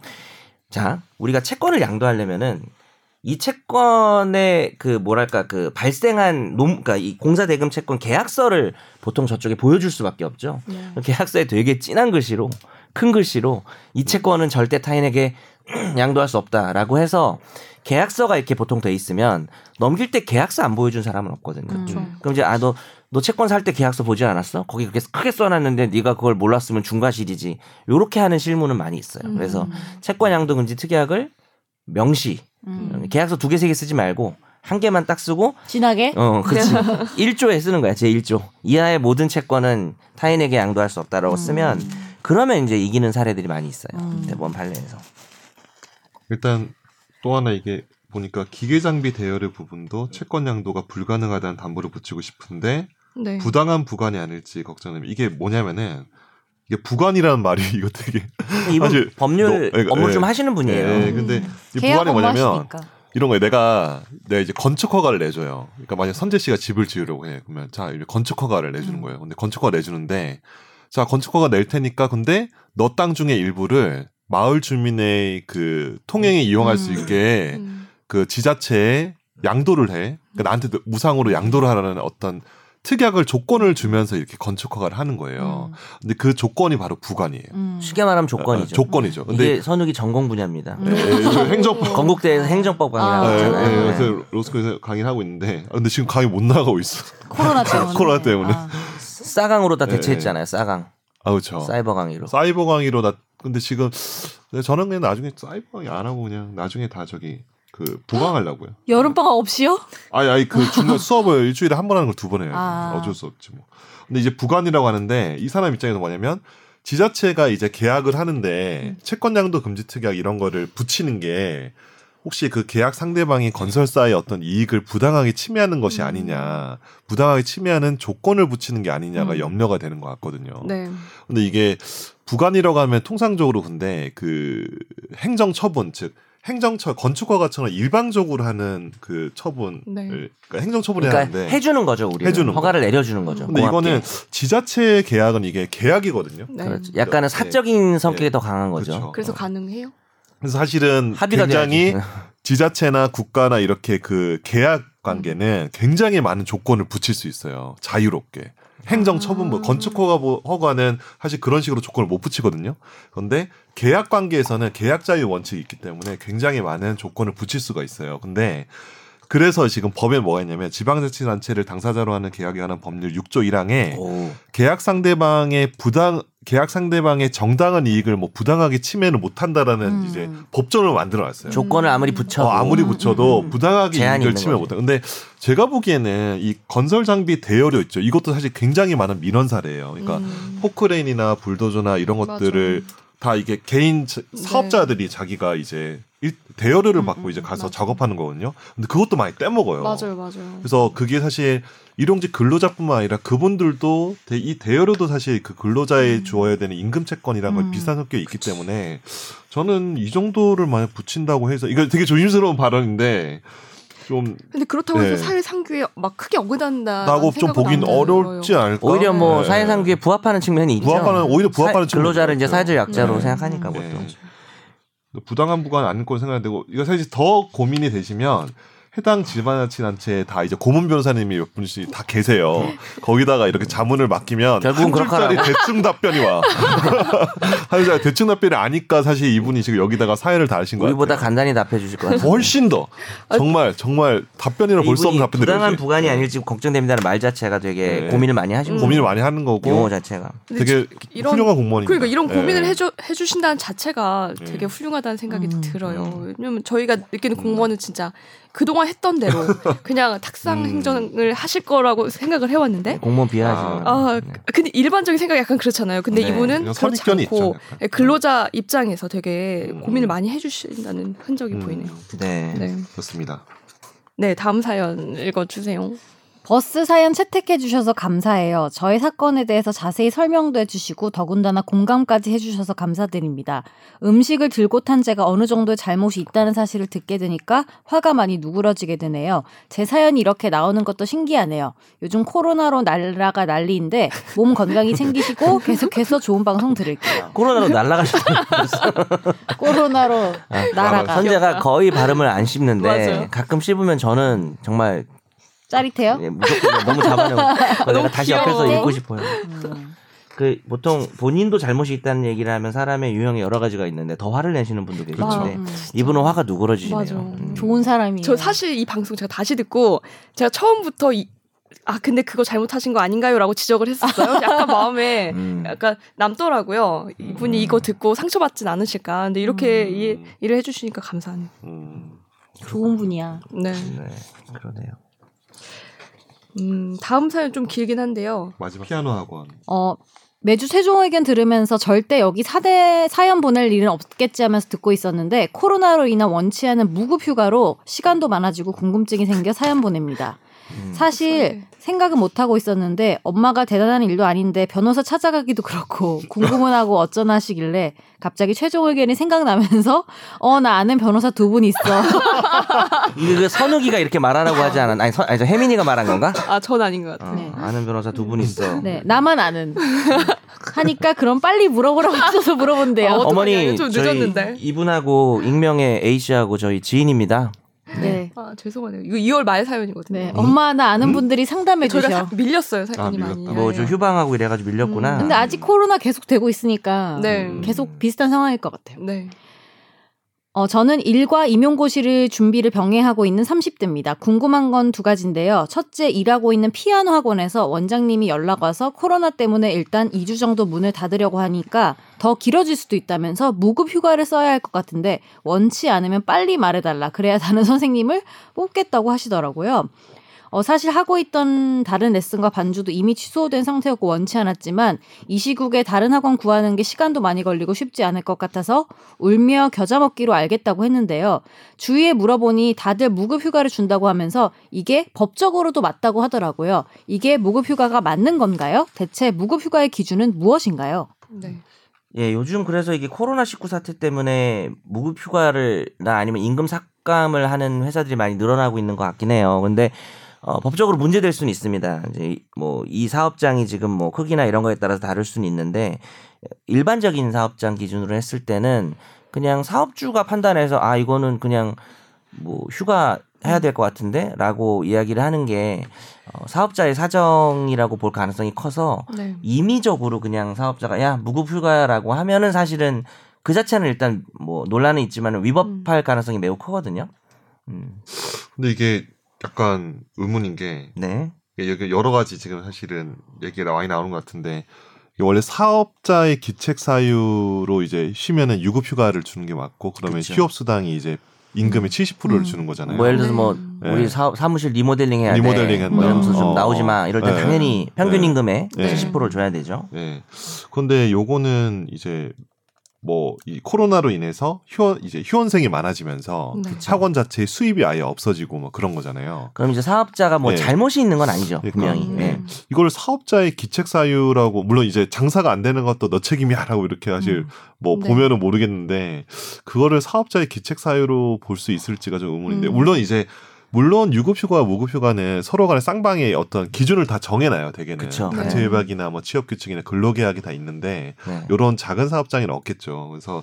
D: 자 우리가 채권을 양도하려면은 이 채권의 그 뭐랄까 그 발생한 논 그러니까 이 공사 대금 채권 계약서를 보통 저쪽에 보여줄 수밖에 없죠. 그
A: 네.
D: 계약서에 되게 진한 글씨로 큰 글씨로 이 채권은 절대 타인에게 양도할 수 없다라고 해서 계약서가 이렇게 보통 돼 있으면 넘길 때 계약서 안 보여준 사람은 없거든요.
B: 그렇죠.
D: 그럼 이제 아 너 너 채권 살 때 계약서 보지 않았어? 거기 그렇게 크게 써놨는데 네가 그걸 몰랐으면 중과실이지. 요렇게 하는 실무는 많이 있어요. 그래서 채권 양도 금지 특약을 명시
B: 음.
D: 계약서 두 개 세 개 쓰지 말고 한 개만 딱 쓰고
B: 진하게
D: 어, 그렇지.
B: 네.
D: 1조에 쓰는 거야. 제 1조. 이하의 모든 채권은 타인에게 양도할 수 없다라고 쓰면 그러면 이제 이기는 사례들이 많이 있어요. 네, 뭐
B: 음.
D: 대법원 판례에서.
C: 일단 또 하나 이게 보니까 기계 장비 대여료 부분도 채권 양도가 불가능하다는 담보를 붙이고 싶은데
A: 네.
C: 부당한 부관이 아닐지 걱정됩니다. 이게 뭐냐면은 이게 부관이라는 말이 이거 되게
D: 이분
C: 사실
D: 법률
C: 너- 예,
D: 업무
C: 예.
D: 좀 하시는 분이에요.
C: 예, 근데 이
B: 계약
C: 부관이 뭐냐면
B: 업무하시니까.
C: 이런 거예요. 내가 내가 이제 건축 허가를 내줘요. 그러니까 만약 선재 씨가 집을 지으려고 해 그러면 자 이제 건축 허가를 내주는
B: 음.
C: 거예요. 근데 건축 허가 내주는데 자 건축 허가 낼 테니까 근데 너 땅 중에 일부를 마을 주민의 그 통행에 이용할 수
B: 음.
C: 있게
A: 음.
C: 그 지자체에 양도를 해. 그러니까 나한테 무상으로 양도를 하라는 어떤 특약을 조건을 주면서 이렇게 건축 허가를 하는 거예요. 근데 그 조건이 바로 부관이에요.
B: 음.
D: 쉽게 말하면
C: 아,
D: 조건이죠.
C: 조건이죠. 근데
D: 이게 선욱이 전공 분야입니다.
B: 음.
C: 예, 예, 저 행정법
D: 건국대에서 행정법 강의하고
B: 아,
C: 예,
D: 있잖아요.
C: 예,
D: 네.
C: 요새 로스쿨에서 강의를 하고 있는데 아, 근데 지금 강의 못 나가고 있어.
B: 코로나 때문에
C: 코로나 때문에.
B: 아.
D: 네. 싸강으로 다
C: 예,
D: 대체했잖아요. 싸강.
C: 아 그렇죠.
D: 사이버 강의로.
C: 사이버 강의로 나 근데 지금 근데 저는 그냥 나중에 사이버 강의 안 하고 그냥 나중에 다 저기 그 부강하려고요.
B: 여름방학 없이요?
C: 아니, 아니, 그 중간 수업을 일주일에 한 번 하는 걸 두 번 해요.
B: 아.
C: 어쩔 수 없지 뭐. 근데 이제 부관이라고 하는데 이 사람 입장에서 뭐냐면 지자체가 이제 계약을 하는데 채권양도 금지 특약 이런 거를 붙이는 게 혹시 그 계약 상대방이 건설사의 어떤 이익을 부당하게 침해하는 것이
A: 음.
C: 아니냐, 부당하게 침해하는 조건을 붙이는 게 아니냐가
B: 음.
C: 염려가 되는 것 같거든요.
A: 네.
C: 근데 이게 부관이라고 하면 통상적으로 근데 그 행정 처분 즉 행정처 건축허가처럼 일방적으로 하는 그 처분을
A: 네.
C: 그러니까 행정 처분을
D: 그러니까
C: 하는데
D: 해주는 거죠. 우리는
C: 해주는 거.
D: 허가를 내려주는 거죠.
C: 근데
D: 고맙게.
C: 이거는 지자체의 계약은 이게 계약이거든요.
A: 네.
D: 그렇죠. 약간은 사적인 성격이
C: 예.
D: 더 강한 거죠.
C: 그렇죠.
A: 그래서 가능해요?
C: 그래서 사실은
D: 합의가
C: 굉장히
D: 돼야지. 네.
C: 지자체나 국가나 이렇게 그 계약 관계는 굉장히 많은 조건을 붙일 수 있어요. 자유롭게. 행정 처분, 뭐
A: 아.
C: 건축 허가, 보- 허가는 사실 그런 식으로 조건을 못 붙이거든요. 그런데 계약 관계에서는 계약 자유 원칙이 있기 때문에 굉장히 많은 조건을 붙일 수가 있어요. 근데 그래서 지금 법에 뭐가 있냐면 지방자치단체를 당사자로 하는 계약에 관한 법률 6조 1항에
D: 오.
C: 계약 상대방의 부당 계약 상대방의 정당한 이익을 뭐 부당하게 침해는 못 한다라는
B: 음.
C: 이제 법정을 만들어 놨어요.
D: 조건을 아무리 붙여도
C: 어, 아무리
B: 음,
C: 붙여도
B: 음, 음.
C: 부당하게
D: 제한이
C: 이익을
D: 있는
C: 침해
D: 거지.
C: 못해. 근데 제가 보기에는 이 건설 장비 대여료 있죠. 이것도 사실 굉장히 많은 민원 사례예요. 그러니까
A: 음.
C: 포크레인이나 불도저나 이런 것들을 다 이게 개인 자- 사업자들이 자기가 이제 일- 대여료를
B: 음,
C: 받고
B: 음,
C: 이제 가서
A: 맞아요.
C: 작업하는 거거든요. 근데 그것도 많이 떼먹어요.
A: 맞아요, 맞아요.
C: 그래서 그게 사실 일용직 근로자뿐만 아니라 그분들도 대- 이 대여료도 사실 그 근로자에
B: 음.
C: 주어야 되는 임금 채권이랑 거의
B: 음.
C: 비슷한 성격이 있기 때문에 저는 이 정도를 만약 붙인다고 해서 이거 되게 조심스러운 발언인데 좀
A: 근데 그렇다고 해서
C: 네.
A: 사회상규에 막 크게 어긋난다.
C: 나고 좀 보긴 어렵지 않을까?
D: 오히려 뭐
C: 네.
D: 사회상규에 부합하는 측면이 있죠.
C: 부합하는 오히려 부합하는
D: 사- 근로자를
C: 측면이
D: 이제 사회적
C: 있죠.
D: 약자로
C: 네.
D: 생각하니까
C: 네.
D: 보통.
C: 그러니까 부당한 부관 아닐 거로 생각되고 이거 사실 더 고민이 되시면 해당 지방자치단체에 다 이제 고문 변호사님이 몇 분씩 다 계세요. 거기다가 이렇게 자문을 맡기면
D: 결국은
C: 한 줄짜리
D: 그렇더라고.
C: 대충 답변이 와. 한 줄짜리 대충 답변이 아니까 사실 이분이 지금 여기다가 사연을 다하신 거예요.
D: 우리보다 간단히 답해 주실 것 같아요.
C: 훨씬 더 정말 정말 답변이라 볼 수 없는
D: 이분이
C: 답변들이
D: 부당한
C: 오지.
D: 부관이 아닐지 걱정됩니다는 말 자체가 되게
C: 네.
D: 고민을 많이 하시고
C: 고민을 많이 하는
D: 용어
C: 거고
D: 자체가
A: 근데
C: 되게
A: 이런-
C: 훌륭한 공무원입니다.
A: 그러니까 이런 고민을
C: 예.
A: 해주, 해주신다는 자체가
C: 네.
A: 되게 훌륭하다는 생각이
B: 음.
A: 들어요.
C: 음.
A: 왜냐면 저희가 느끼는 공무원은 진짜 그동안 했던 대로 그냥 탁상
C: 음.
A: 행정을 하실 거라고 생각을 해왔는데
D: 공무원 비하하시는
C: 아.
A: 네? 아
D: 네.
A: 근데 일반적인 생각이 약간 그렇잖아요. 근데
D: 네.
A: 이분은
C: 그냥
A: 그렇지
C: 선입견이
A: 않고
C: 있죠, 약간.
A: 예, 근로자 입장에서 되게
C: 음.
A: 고민을 많이 해주신다는 흔적이
C: 음,
A: 보이네요.
D: 네.
A: 네.
C: 그렇습니다.
A: 네 다음 사연 읽어주세요.
B: 버스 사연 채택해 주셔서 감사해요. 저의 사건에 대해서 자세히 설명도 해주시고 더군다나 공감까지 해주셔서 감사드립니다. 음식을 들고 탄 제가 어느 정도의 잘못이 있다는 사실을 듣게 되니까 화가 많이 누그러지게 되네요. 제 사연이 이렇게 나오는 것도 신기하네요. 요즘 코로나로 날라가 난리인데 몸 건강히 챙기시고 계속해서 좋은 방송 들을게요.
D: 코로나로 날아가셨다.
B: 코로나로 날아가
D: 선재가 거의 발음을 안 씹는데
A: 맞아요.
D: 가끔 씹으면 저는 정말
B: 짜릿해요.
A: 네,
D: 예, 무조건 너무 잡아내고 내가 다시
A: 귀여워. 네.
D: 옆에서 읽고 싶어요.
B: 음.
D: 그 보통 본인도 잘못이 있다는 얘기를 하면 사람의 유형이 여러 가지가 있는데 더 화를 내시는 분도 계신데
B: 와,
A: 그렇죠.
B: 음.
D: 이분은 화가 누그러지네요.
A: 맞아.
D: 음.
B: 좋은 사람이에요.
A: 저 사실 이 방송 제가 다시 듣고 제가 처음부터 이, 아 근데 그거 잘못하신 거 아닌가요라고 지적을 했었어요. 약간 마음에
D: 음.
A: 약간 남더라고요. 이분이
D: 음.
A: 이거 듣고 상처받진 않으실까. 근데 이렇게
B: 음.
A: 이, 일을 해주시니까 감사하네요.
C: 음,
B: 좋은 분이야.
A: 네.
D: 네, 그러네요.
A: 음, 다음 사연 좀 길긴 한데요.
C: 마지막 피아노 학원.
B: 어, 매주 세종 의견 들으면서 절대 여기 사대 사연 보낼 일은 없겠지 하면서 듣고 있었는데 코로나로 인한 원치 않은 무급 휴가로 시간도 많아지고 궁금증이 생겨 사연 보냅니다.
D: 음.
B: 사실
A: 속상해.
B: 생각은 못 하고 있었는데 엄마가 대단한 일도 아닌데 변호사 찾아가기도 그렇고 궁금은 하고 어쩌나 하시길래 갑자기 최종 의견이 생각나면서 어 나 아는 변호사 두 분 있어.
D: 이게 그 선욱이가 이렇게 말하라고 하지 않았나? 아니, 선, 아니 저 혜민이가 말한 건가?
A: 아, 전 아닌 것
D: 어,
A: 같아요.
B: 네.
D: 아는 변호사 두 분 있어.
B: 네 나만 아는 하니까 그럼 빨리 물어보라고 하셔서 물어본대요.
A: 어, 어떡하냐,
D: 어머니
A: 좀
D: 저희
A: 늦었는데.
D: 이분하고 익명의 A 씨하고 저희 지인입니다.
B: 네.
A: 아, 죄송하네요. 이거 2월 말 사연이거든요. 어,
B: 네, 엄마 나 아는 분들이 상담해
A: 음? 저희가
B: 주셔.
A: 사- 밀렸어요, 사연이
C: 아,
A: 많이.
C: 밀렸다.
D: 뭐
A: 예,
D: 좀
A: 예.
D: 휴방하고 이래가지고 밀렸구나.
A: 음.
B: 네. 근데 아직 코로나 계속 되고 있으니까
A: 네.
C: 음.
B: 계속 비슷한 상황일 것 같아요.
D: 음.
A: 네.
B: 어, 저는 일과 임용고시를 준비를 병행하고 있는 30대입니다. 궁금한 건 두 가지인데요. 첫째, 일하고 있는 피아노 학원에서 원장님이 연락 와서 코로나 때문에 일단 2주 정도 문을 닫으려고 하니까 더 길어질 수도 있다면서 무급 휴가를 써야 할 것 같은데 원치 않으면 빨리 말해달라. 그래야 다른 선생님을 뽑겠다고 하시더라고요. 어, 사실 하고 있던 다른 레슨과 반주도 이미 취소된 상태였고 원치 않았지만 이 시국에 다른 학원 구하는 게 시간도 많이 걸리고 쉽지 않을 것 같아서 울며 겨자 먹기로 알겠다고 했는데요. 주위에 물어보니 다들 무급 휴가를 준다고 하면서 이게 법적으로도 맞다고 하더라고요. 이게 무급 휴가가 맞는 건가요? 대체 무급 휴가의 기준은 무엇인가요?
A: 네.
D: 예, 요즘 그래서 이게 코로나 19 사태 때문에 무급 휴가를 나 아니면 임금 삭감을 하는 회사들이 많이 늘어나고 있는 것 같긴 해요. 근데 어, 법적으로 문제될 수는 있습니다. 이제 뭐 이 사업장이 지금 뭐 크기나 이런 거에 따라서 다를 수는 있는데 일반적인 사업장 기준으로 했을 때는 그냥 사업주가 판단해서 아 이거는 그냥 뭐 휴가 해야 될 것 같은데라고 이야기를 하는 게 어, 사업자의 사정이라고 볼 가능성이 커서
A: 네.
D: 임의적으로 그냥 사업자가 야 무급휴가라고 하면은 사실은 그 자체는 일단 뭐 논란은 있지만 위법할 가능성이 매우 크거든요. 음,
C: 근데 이게 약간 의문인 게
D: 네.
C: 이게 여기 여러 가지 지금 사실은 얘기가 많이 나오는 것 같은데 이게 원래 사업자의 기책 사유로 이제 쉬면은 유급 휴가를 주는 게 맞고 그러면
D: 그쵸.
C: 휴업 수당이 이제 임금의 70%를
B: 음.
C: 주는 거잖아요.
D: 뭐 예를 들어서 뭐
A: 네.
D: 우리 사, 사무실 리모델링 해야 돼.
C: 리모델링 한다.
D: 뭐 이러면서 좀
C: 어.
D: 나오지 마. 이럴 때
C: 네.
D: 당연히 평균
C: 네.
D: 임금의
C: 네.
D: 70%를 줘야 되죠.
C: 예. 근데 요거는 이제 뭐 이 코로나로 인해서 휴원 이제 휴원생이 많아지면서
A: 네.
C: 학원 자체의 수입이 아예 없어지고 뭐 그런 거잖아요.
D: 그럼 이제 사업자가 뭐
C: 네.
D: 잘못이 있는 건 아니죠.
C: 그러니까.
D: 분명히.
A: 음.
D: 네.
C: 이걸 사업자의 기책 사유라고 물론 이제 장사가 안 되는 것도 너 책임이야라고 이렇게 사실
B: 음.
C: 뭐
A: 네.
C: 보면은 모르겠는데 그거를 사업자의 기책 사유로 볼 수 있을지가 좀 의문인데
A: 음.
C: 물론 이제 물론 유급휴가와 무급휴가는 서로 간에 쌍방의 어떤 기준을 다 정해놔요 대개는
D: 그쵸.
C: 단체
A: 네.
C: 협약이나 뭐 취업 규칙이나 근로계약이 다 있는데
D: 네.
C: 요런 작은 사업장에는 없겠죠 그래서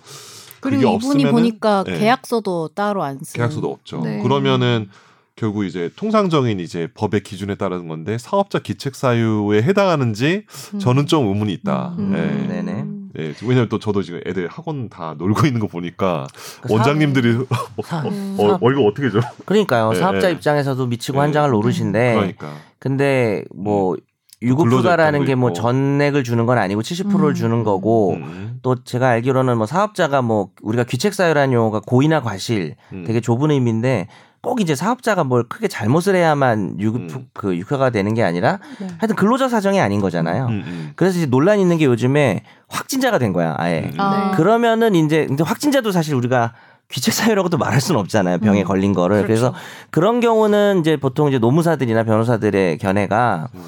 C: 그게
B: 그리고 이분이
C: 없으면은
B: 보니까
C: 네.
B: 계약서도 따로 안 쓰고
C: 계약서도 없죠
A: 음. 네.
C: 그러면은 결국 이제 통상적인 이제 법의 기준에 따른 건데 사업자 기책 사유에 해당하는지
B: 음.
A: 음.
C: 저는 좀 의문이 있다.
D: 음.
C: 예.
D: 네. 네네.
C: 예, 왜냐면 또 저도 지금 애들 학원 다 놀고 있는 거 보니까 원장님들이
D: 그 사,
C: 어,
A: 음.
C: 어, 어, 이거 어떻게 줘?
D: 그러니까요.
C: 예,
D: 사업자
C: 예.
D: 입장에서도 미치고
C: 예.
D: 한장을 노릇인데
C: 그러니까 음.
D: 근데 뭐
C: 근로자
D: 유급휴가라는 게 뭐
C: 있고.
D: 전액을 주는 건 아니고 70%를
B: 음.
D: 주는 거고
C: 음,
D: 또 제가 알기로는 뭐 사업자가 뭐 우리가 귀책사유라는 용어가 고의나 과실
C: 음.
D: 되게 좁은 의미인데 꼭 이제 사업자가 뭘 크게 잘못을 해야만 유급
C: 음.
D: 그 육화가 되는 게 아니라
A: 네.
D: 하여튼 근로자 사정이 아닌 거잖아요.
C: 음, 음.
D: 그래서 이제 논란 이 있는 게 요즘에 확진자가 된 거야 아예.
C: 음.
B: 아.
A: 네.
D: 그러면은 이제 근데 확진자도 사실 우리가 귀책사유라고도 말할 수는 없잖아요 병에
B: 음.
D: 걸린 거를 네, 그래서 그런 경우는 이제 보통 이제 노무사들이나 변호사들의 견해가
C: 음.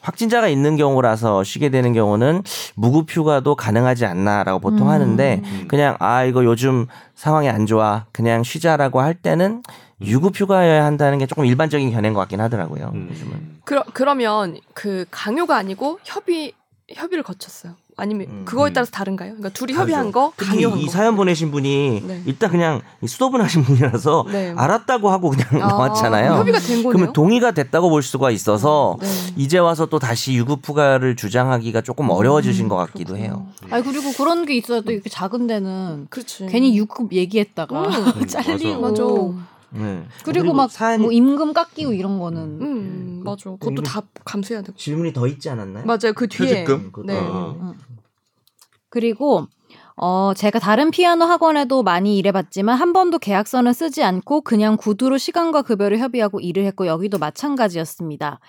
D: 확진자가 있는 경우라서 쉬게 되는 경우는 무급휴가도 가능하지 않나라고 보통
B: 음.
D: 하는데
C: 음.
D: 그냥 아 이거 요즘 상황이 안 좋아 그냥 쉬자라고 할 때는 유급휴가여야 한다는 게 조금 일반적인 견해인 것 같긴 하더라고요. 요즘은.
C: 음.
A: 그러, 그러면 그 강요가 아니고 협의 협의를 거쳤어요. 아니면
D: 음.
A: 그거에
C: 음.
A: 따라서 다른가요? 그러니까 둘이
D: 다르죠.
A: 협의한 거,
D: 특히
A: 강요한
D: 이
A: 거.
D: 사연 보내신 분이
A: 네.
D: 일단 그냥 이 수도분 하신 분이라서
A: 네.
D: 알았다고 하고 그냥
A: 아,
D: 나왔잖아요.
A: 그럼 협의가 된 거네요.
D: 그러면 동의가 됐다고 볼 수가 있어서
A: 네.
D: 이제 와서 또 다시 유급휴가를 주장하기가 조금 어려워지신 것 같기도 해요.
B: 아니 그리고 그런 게 있어요. 또 이렇게 작은 데는
A: 그렇죠. 그렇지.
B: 괜히 유급 얘기했다가
D: 아,
A: 음.
B: 잘리고
A: 맞아.
D: 네.
B: 그리고 막
D: 사연이
B: 뭐 임금 깎이고 이런 거는
A: 음, 맞아. 그것도 다 감수해야 되고.
D: 질문이 더 있지 않았나요?
A: 맞아요. 그 뒤에.
C: 퇴직금?
A: 네.
C: 어.
B: 그리고 어 제가 다른 피아노 학원에도 많이 일해봤지만 한 번도 계약서는 쓰지 않고 그냥 구두로 시간과 급여를 협의하고 일을 했고 여기도 마찬가지였습니다.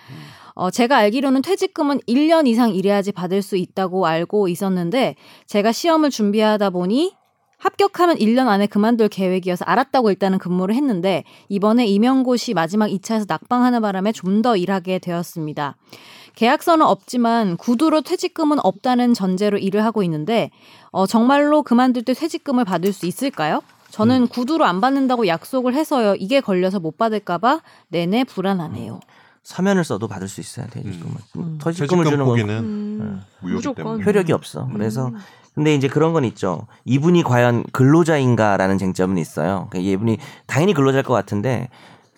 B: 어 제가 알기로는 퇴직금은 1년 이상 일해야지 받을 수 있다고 알고 있었는데 제가 시험을 준비하다 보니 합격하면 1년 안에 그만둘 계획이어서 알았다고 일단은 근무를 했는데 이번에 임용고시 마지막 2차에서 낙방하는 바람에 좀 더 일하게 되었습니다. 계약서는 없지만 구두로 퇴직금은 없다는 전제로 일을 하고 있는데 어, 정말로 그만둘 때 퇴직금을 받을 수 있을까요? 저는 구두로 안 받는다고 약속을 해서요. 이게 걸려서 못 받을까봐 내내 불안하네요.
D: 서면을 써도 받을 수 있어요. 퇴직금은. 뭐
B: 음.
C: 퇴직금
D: 퇴직금을 주는 건
C: 포기는
A: 음.
C: 무효기
A: 무조건.
C: 때문에
D: 효력이 없어. 네. 그래서
A: 음.
D: 근데 이제 그런 건 있죠. 이분이 과연 근로자인가라는 쟁점은 있어요. 그러니까 이분이 당연히 근로자일 것 같은데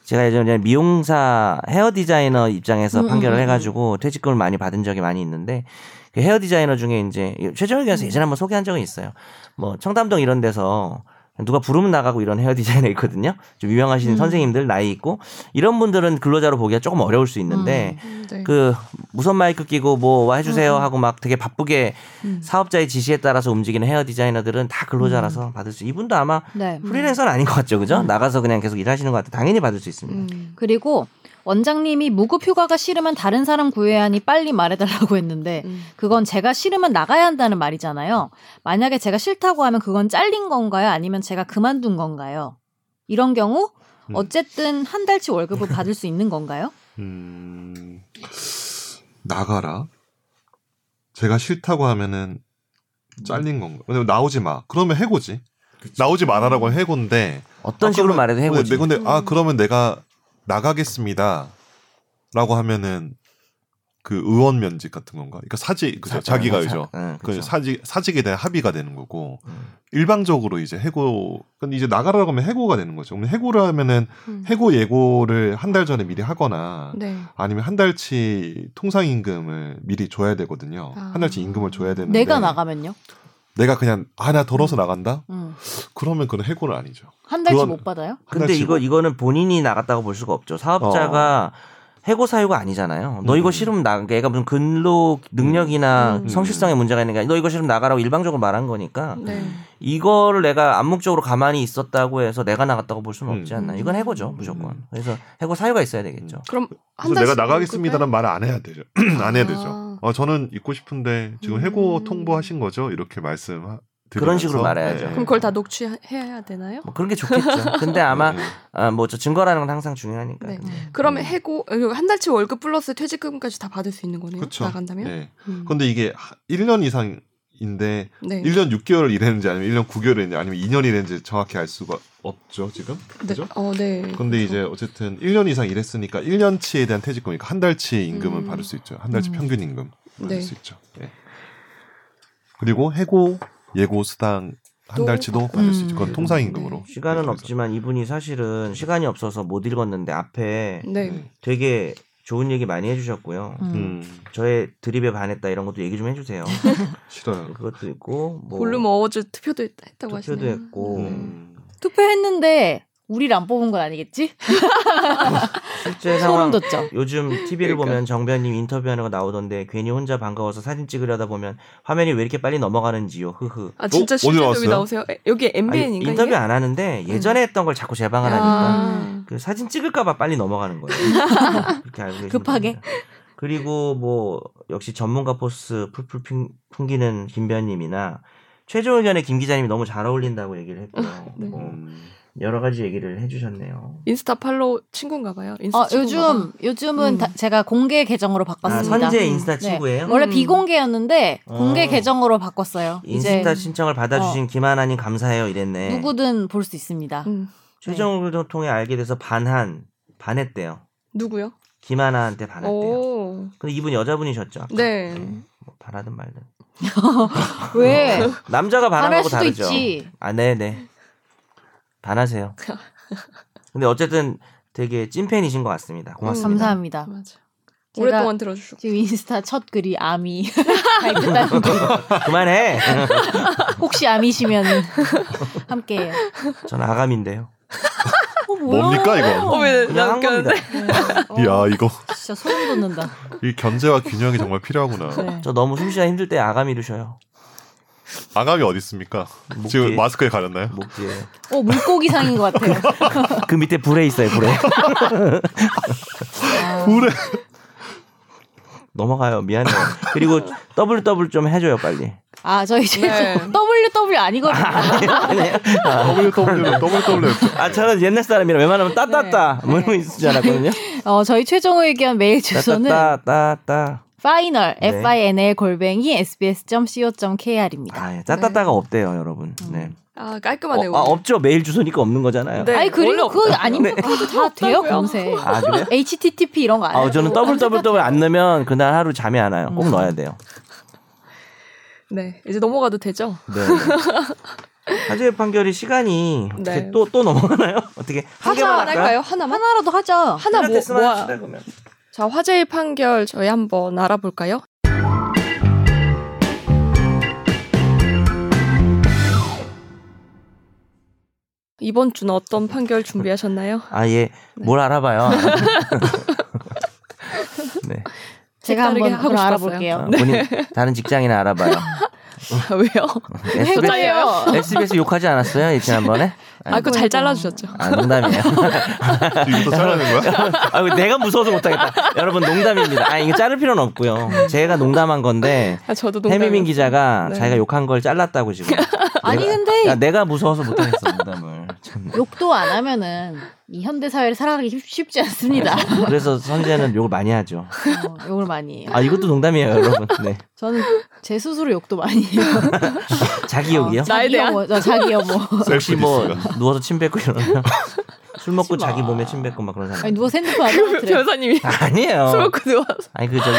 D: 제가 예전에 미용사 헤어 디자이너 입장에서
B: 음,
D: 판결을
B: 음, 음.
D: 해가지고 퇴직금을 많이 받은 적이 많이 있는데 그 헤어 디자이너 중에 이제 최종의 교수 예전에 한번 소개한 적은 있어요. 뭐 청담동 이런 데서 누가 부르면 나가고 이런 헤어 디자이너 있거든요. 좀 유명하신
B: 음.
D: 선생님들 나이 있고 이런 분들은 근로자로 보기가 조금 어려울 수 있는데
A: 음, 네.
D: 그 무선 마이크 끼고 뭐 해주세요 하고 막 되게 바쁘게
B: 음.
D: 사업자의 지시에 따라서 움직이는 헤어 디자이너들은 다
A: 음.
D: 근로자라서 받을 수 이분도 아마
B: 네.
D: 프리랜서는 아닌 것 같죠 그죠 나가서 그냥 계속 일하시는 것 같아 당연히 받을 수 있습니다
A: 음.
B: 그리고 원장님이 무급 휴가가 싫으면 다른 사람 구해야 하니 빨리 말해달라고 했는데
A: 음.
B: 그건 제가 싫으면 나가야 한다는 말이잖아요. 만약에 제가 싫다고 하면 그건 잘린 건가요? 아니면 제가 그만둔 건가요? 이런 경우
C: 음.
B: 어쨌든 한 달치 월급을 받을 수 있는 건가요?
C: 음, 나가라. 제가 싫다고 하면은
D: 음.
C: 잘린 건가? 근데 나오지 마. 그러면 해고지. 나오지 마라라고 하면 해고인데. 아,
D: 어떤 식으로
C: 그러면-
D: 말해도 해고지 음.
C: 근데, 근데 아 그러면 내가 나가겠습니다.라고 하면은 그 의원 면직 같은 건가? 그러니까 사직 그죠? 자기가 그죠?
D: 응,
C: 그
D: 네. 그죠.
C: 사직 사직에 대한 합의가 되는 거고
D: 음.
C: 일방적으로 이제 해고 근데 이제 나가라고 하면 해고가 되는 거죠. 그럼 해고를 하면은
A: 음.
C: 해고 예고를 한 달 전에 미리 하거나
A: 네.
C: 아니면 한 달치 통상 임금을 미리 줘야 되거든요.
A: 아.
C: 한 달치 임금을 줘야 되는데
B: 내가 나가면요?
C: 내가 그냥 아 나 덜어서 나간다.
B: 음.
C: 그러면 그건 해고는 아니죠.
B: 한 달치
C: 그건-
B: 못 받아요?
C: 한
D: 근데
C: 달치
D: 이거 이거는 본인이 나갔다고 볼 수가 없죠 사업자가 해고 사유가 아니잖아요. 너 이거
C: 어. 음.
D: 싫으면 나, 얘가 무슨 근로 능력이나
A: 음.
D: 성실성에 문제가 있는 게 아니라 너 이거 싫으면 나가라고 일방적으로 말한 거니까
A: 네.
D: 이거를 내가 암묵적으로 가만히 있었다고 해서 내가 나갔다고 볼 수는 없지
C: 음.
D: 않나. 이건 해고죠,
A: 음.
D: 무조건. 그래서 해고 사유가 있어야 되겠죠.
A: 그럼 한
C: 그래서 내가
A: 달씩
C: 나가겠습니다라는 말을 안 해야 되죠. 안 해야
A: 아.
C: 되죠. 어, 저는 있고 싶은데 지금 해고
A: 음.
C: 통보하신 거죠? 이렇게 네. 말씀
D: 그런 식으로 말해야죠.
A: 그럼
C: 음.
A: 그걸 다 녹취해야 되나요?
D: 뭐 그런 게 좋겠죠. 근데
C: 네,
D: 아마 아, 뭐 저 증거라는 건 항상 중요하니까.
A: 네.
D: 근데.
A: 그러면
D: 음.
A: 해고 어, 한 달치 월급 플러스 퇴직금까지 다 받을 수 있는 거네요.
C: 그렇죠.
A: 나간다면.
C: 네.
A: 음.
C: 근데 이게 1년 이상인데
A: 네.
C: 1년 6개월을 일했는지 아니면 1년 9개월을 했는지 아니면 2년 일했는지 정확히 알 수가 없죠, 지금.
A: 네.
C: 그죠?
A: 어, 네.
C: 근데 이제 어쨌든 1년 이상 일했으니까 1년치에 대한 퇴직금이니까 한 달치 임금은
A: 음.
C: 받을 수 있죠. 한 달치
B: 음.
C: 평균 임금 받을
A: 네.
C: 수 있죠. 예. 그리고 해고 예고 수당 한 달치도 받을 수 있죠. 그건
B: 음.
A: 네.
C: 통상 임금으로. 그렇죠.
D: 시간은 없지만 이분이 사실은 시간이 없어서 못 읽었는데 앞에
A: 네.
D: 되게 좋은 얘기 많이 해주셨고요.
B: 음.
C: 음,
D: 저의 드립에 반했다 이런 것도 얘기 좀 해주세요.
C: 싫어요.
D: 그것도 있고 뭐
A: 볼룸 어워즈 투표도 했- 했다고 하시네요.
D: 투표도 했고
C: 음.
B: 투표했는데 우리를 안 뽑은 건 아니겠지?
D: 실제
B: 소름
D: 상황
B: 돋죠.
D: 요즘 TV를
A: 그러니까.
D: 보면 정변님 인터뷰하는 거 나오던데 괜히 혼자 반가워서 사진 찍으려다 보면 화면이 왜 이렇게 빨리 넘어가는지요. 흐흐.
A: 아 진짜
C: 어?
A: 실제
C: 어디
A: 여기
C: 나왔어요?
A: 나오세요? 에, 여기
D: 아니,
A: MBN인가 음.
D: 인터뷰 안 하는데 예전에 했던 걸 자꾸 재방을 하니까
A: 아.
D: 그 사진 찍을까봐 빨리 넘어가는 거예요. 그렇게 알고 계시면
B: 급하게.
D: 됩니다. 그리고 뭐 역시 전문가 포스 풀풀 핑- 풍기는 김변님이나 최종 의견의 김 기자님이 너무 잘 어울린다고 얘기를
B: 아,
D: 했고요.
A: 네.
D: 뭐
C: 음.
D: 여러 가지 얘기를 해주셨네요.
A: 인스타 팔로우 친구인가 봐요. 인스타
B: 어,
A: 친구인가
B: 요즘 요즘은
A: 음.
B: 다- 제가 공개 계정으로
D: 아,
B: 바꿨습니다.
D: 선재 인스타
B: 네.
D: 친구예요?
B: 원래
A: 음.
B: 비공개였는데 공개
D: 어.
B: 계정으로 바꿨어요. 이제 어.
D: 인스타 신청을 받아주신 김하나님 감사해요 이랬네.
B: 누구든 볼 수 있습니다.
A: 봐. 음.
D: 최종 의견을 통해 알게 돼서 반한 반했대요.
A: 누구요?
D: 김하나한테 반했대요.
A: 오.
D: 근데 이분 여자분이셨죠? 아까?
A: 네.
D: 뭐 반하든 말든.
B: 왜?
D: 남자가 반하는
B: 반할
D: 거
B: 수도
D: 다르죠.
B: 있지.
D: 아, 네네. 반하세요. 근데 어쨌든 되게 찐팬이신 것 같습니다. 고맙습니다.
B: 감사합니다.
A: 맞아.
B: 제가-
A: 오랫동안 들어주셨고.
B: 지금 인스타 첫 글이 아미 발끝다는
D: 그만해.
B: 혹시 아미시면 함께해요.
D: 전 아감인데요.
B: 어, 뭐야?
C: 뭡니까 이거?
A: 어, 왜
D: 그냥 한 겁니다.
A: 남겼는데?
B: 어,
C: 이야 이거
B: 진짜 소름 돋는다.
C: 이 견제와 균형이 정말 필요하구나.
B: 네.
D: 저 너무 숨쉬다 힘들 때 아감이 루셔요.
C: 아감이 어디 있습니까?
D: 목뒤에-
C: 지금 마스크에 가렸나요?
D: 목 뒤에.
B: 어 물고기 상인 것 같아요.
D: 그 밑에 불에 있어요, 불에.
B: 아,
C: 그래.
D: 넘어가요. 미안해요. 그리고 더블 더블 좀 해줘요, 빨리.
B: 아 저희 지금
A: 네.
B: WW 아니거든요.
D: 아니에요.
C: WWF WWF.
D: 아, 저는 옛날 사람이라 웬만하면 따따따. 뭐 이런 거 있지 않았거든요.
B: 어 저희 최종 의견 메일 주소는
D: 따따따따.
B: final
D: 네.
B: f i n l 골뱅이 s b s c o k r입니다.
D: 아, 예. 따따따가 없대요, 여러분. 네.
A: 아
D: 어,
A: 깔끔하네요.
D: 아, 없죠. 메일 주소니까 없는 거잖아요.
A: 네. 원래
B: 아니 그리고 그
A: 없어요.
B: 아니면 그것도 다 돼요
A: 없다고요?
B: 검색.
D: 아, 그래요?
B: HTTP 이런 거안
D: 아, 저는 더블 더블 더블 안 넣으면 그날 하루 잠이 안 와요. 꼭 넣어야 돼요.
A: 네. 이제 넘어가도 되죠?
D: 네. 화재 판결이 시간이
A: 네.
D: 어떻게 또 또 넘어가나요? 어떻게 한 개만
A: 하나만
D: 할까요?
A: 할까요? 하나만?
B: 하나라도 하자.
A: 하나 뭐,
D: 필라테스만
A: 뭐
D: 합시다, 그러면.
A: 자, 화제의 판결 저희 한번 알아볼까요? 이번 주는 어떤 판결 준비하셨나요?
D: 아, 예. 뭘 알아봐요. 네.
B: 제가 한번
A: 색다르게 하고
B: 그럼
A: 싶었어요.
D: 아,
B: 알아볼게요.
D: 본인 다른 직장이나 알아봐요.
A: 왜요?
D: 네.
B: 네,
D: SBS, SBS 욕하지 않았어요? 이 지난번에?
A: 아, 그거 잘 잘라주셨죠?
D: 아, 농담이에요.
C: 이거부터 잘라낸 거야?
D: 아, 내가 무서워서 못하겠다. 여러분, 농담입니다. 아, 이거 자를 필요는 없고요. 제가 농담한 건데,
A: 아, 저도 농담.
D: 해미민 기자가
A: 네.
D: 자기가 욕한 걸 잘랐다고 지금.
B: 아니,
D: 내가-
B: 근데-
D: 야, 내가 무서워서 못하겠어 농담을.
A: 음.
D: 참.
B: 욕도 안 하면은 이 현대 사회를 살아가기 쉽- 쉽지
D: 아,
B: 않습니다.
D: 그래서 선재는 욕을 많이 하죠.
B: 어, 욕을 많이 해요.
D: 아 이것도 농담이에요 여러분. 네.
B: 저는 제 스스로 욕도 많이 해요.
D: 자기 욕이요?
B: 어, 자기
A: 나에 대한?
B: 혐오, 저 자기 혐오.
D: 혹시
C: 셀프
D: 뭐
C: 디스가.
D: 누워서 침 뱉고 이러면 술 먹고
B: 하지 마.
D: 자기 몸에 침 뱉고 막 그런 사람.
B: 아니 누워서 핸드폰 안 터뜨려.
A: 변사님이
D: 아니에요.
A: 술 먹고 누워서.
D: 아니 그 저기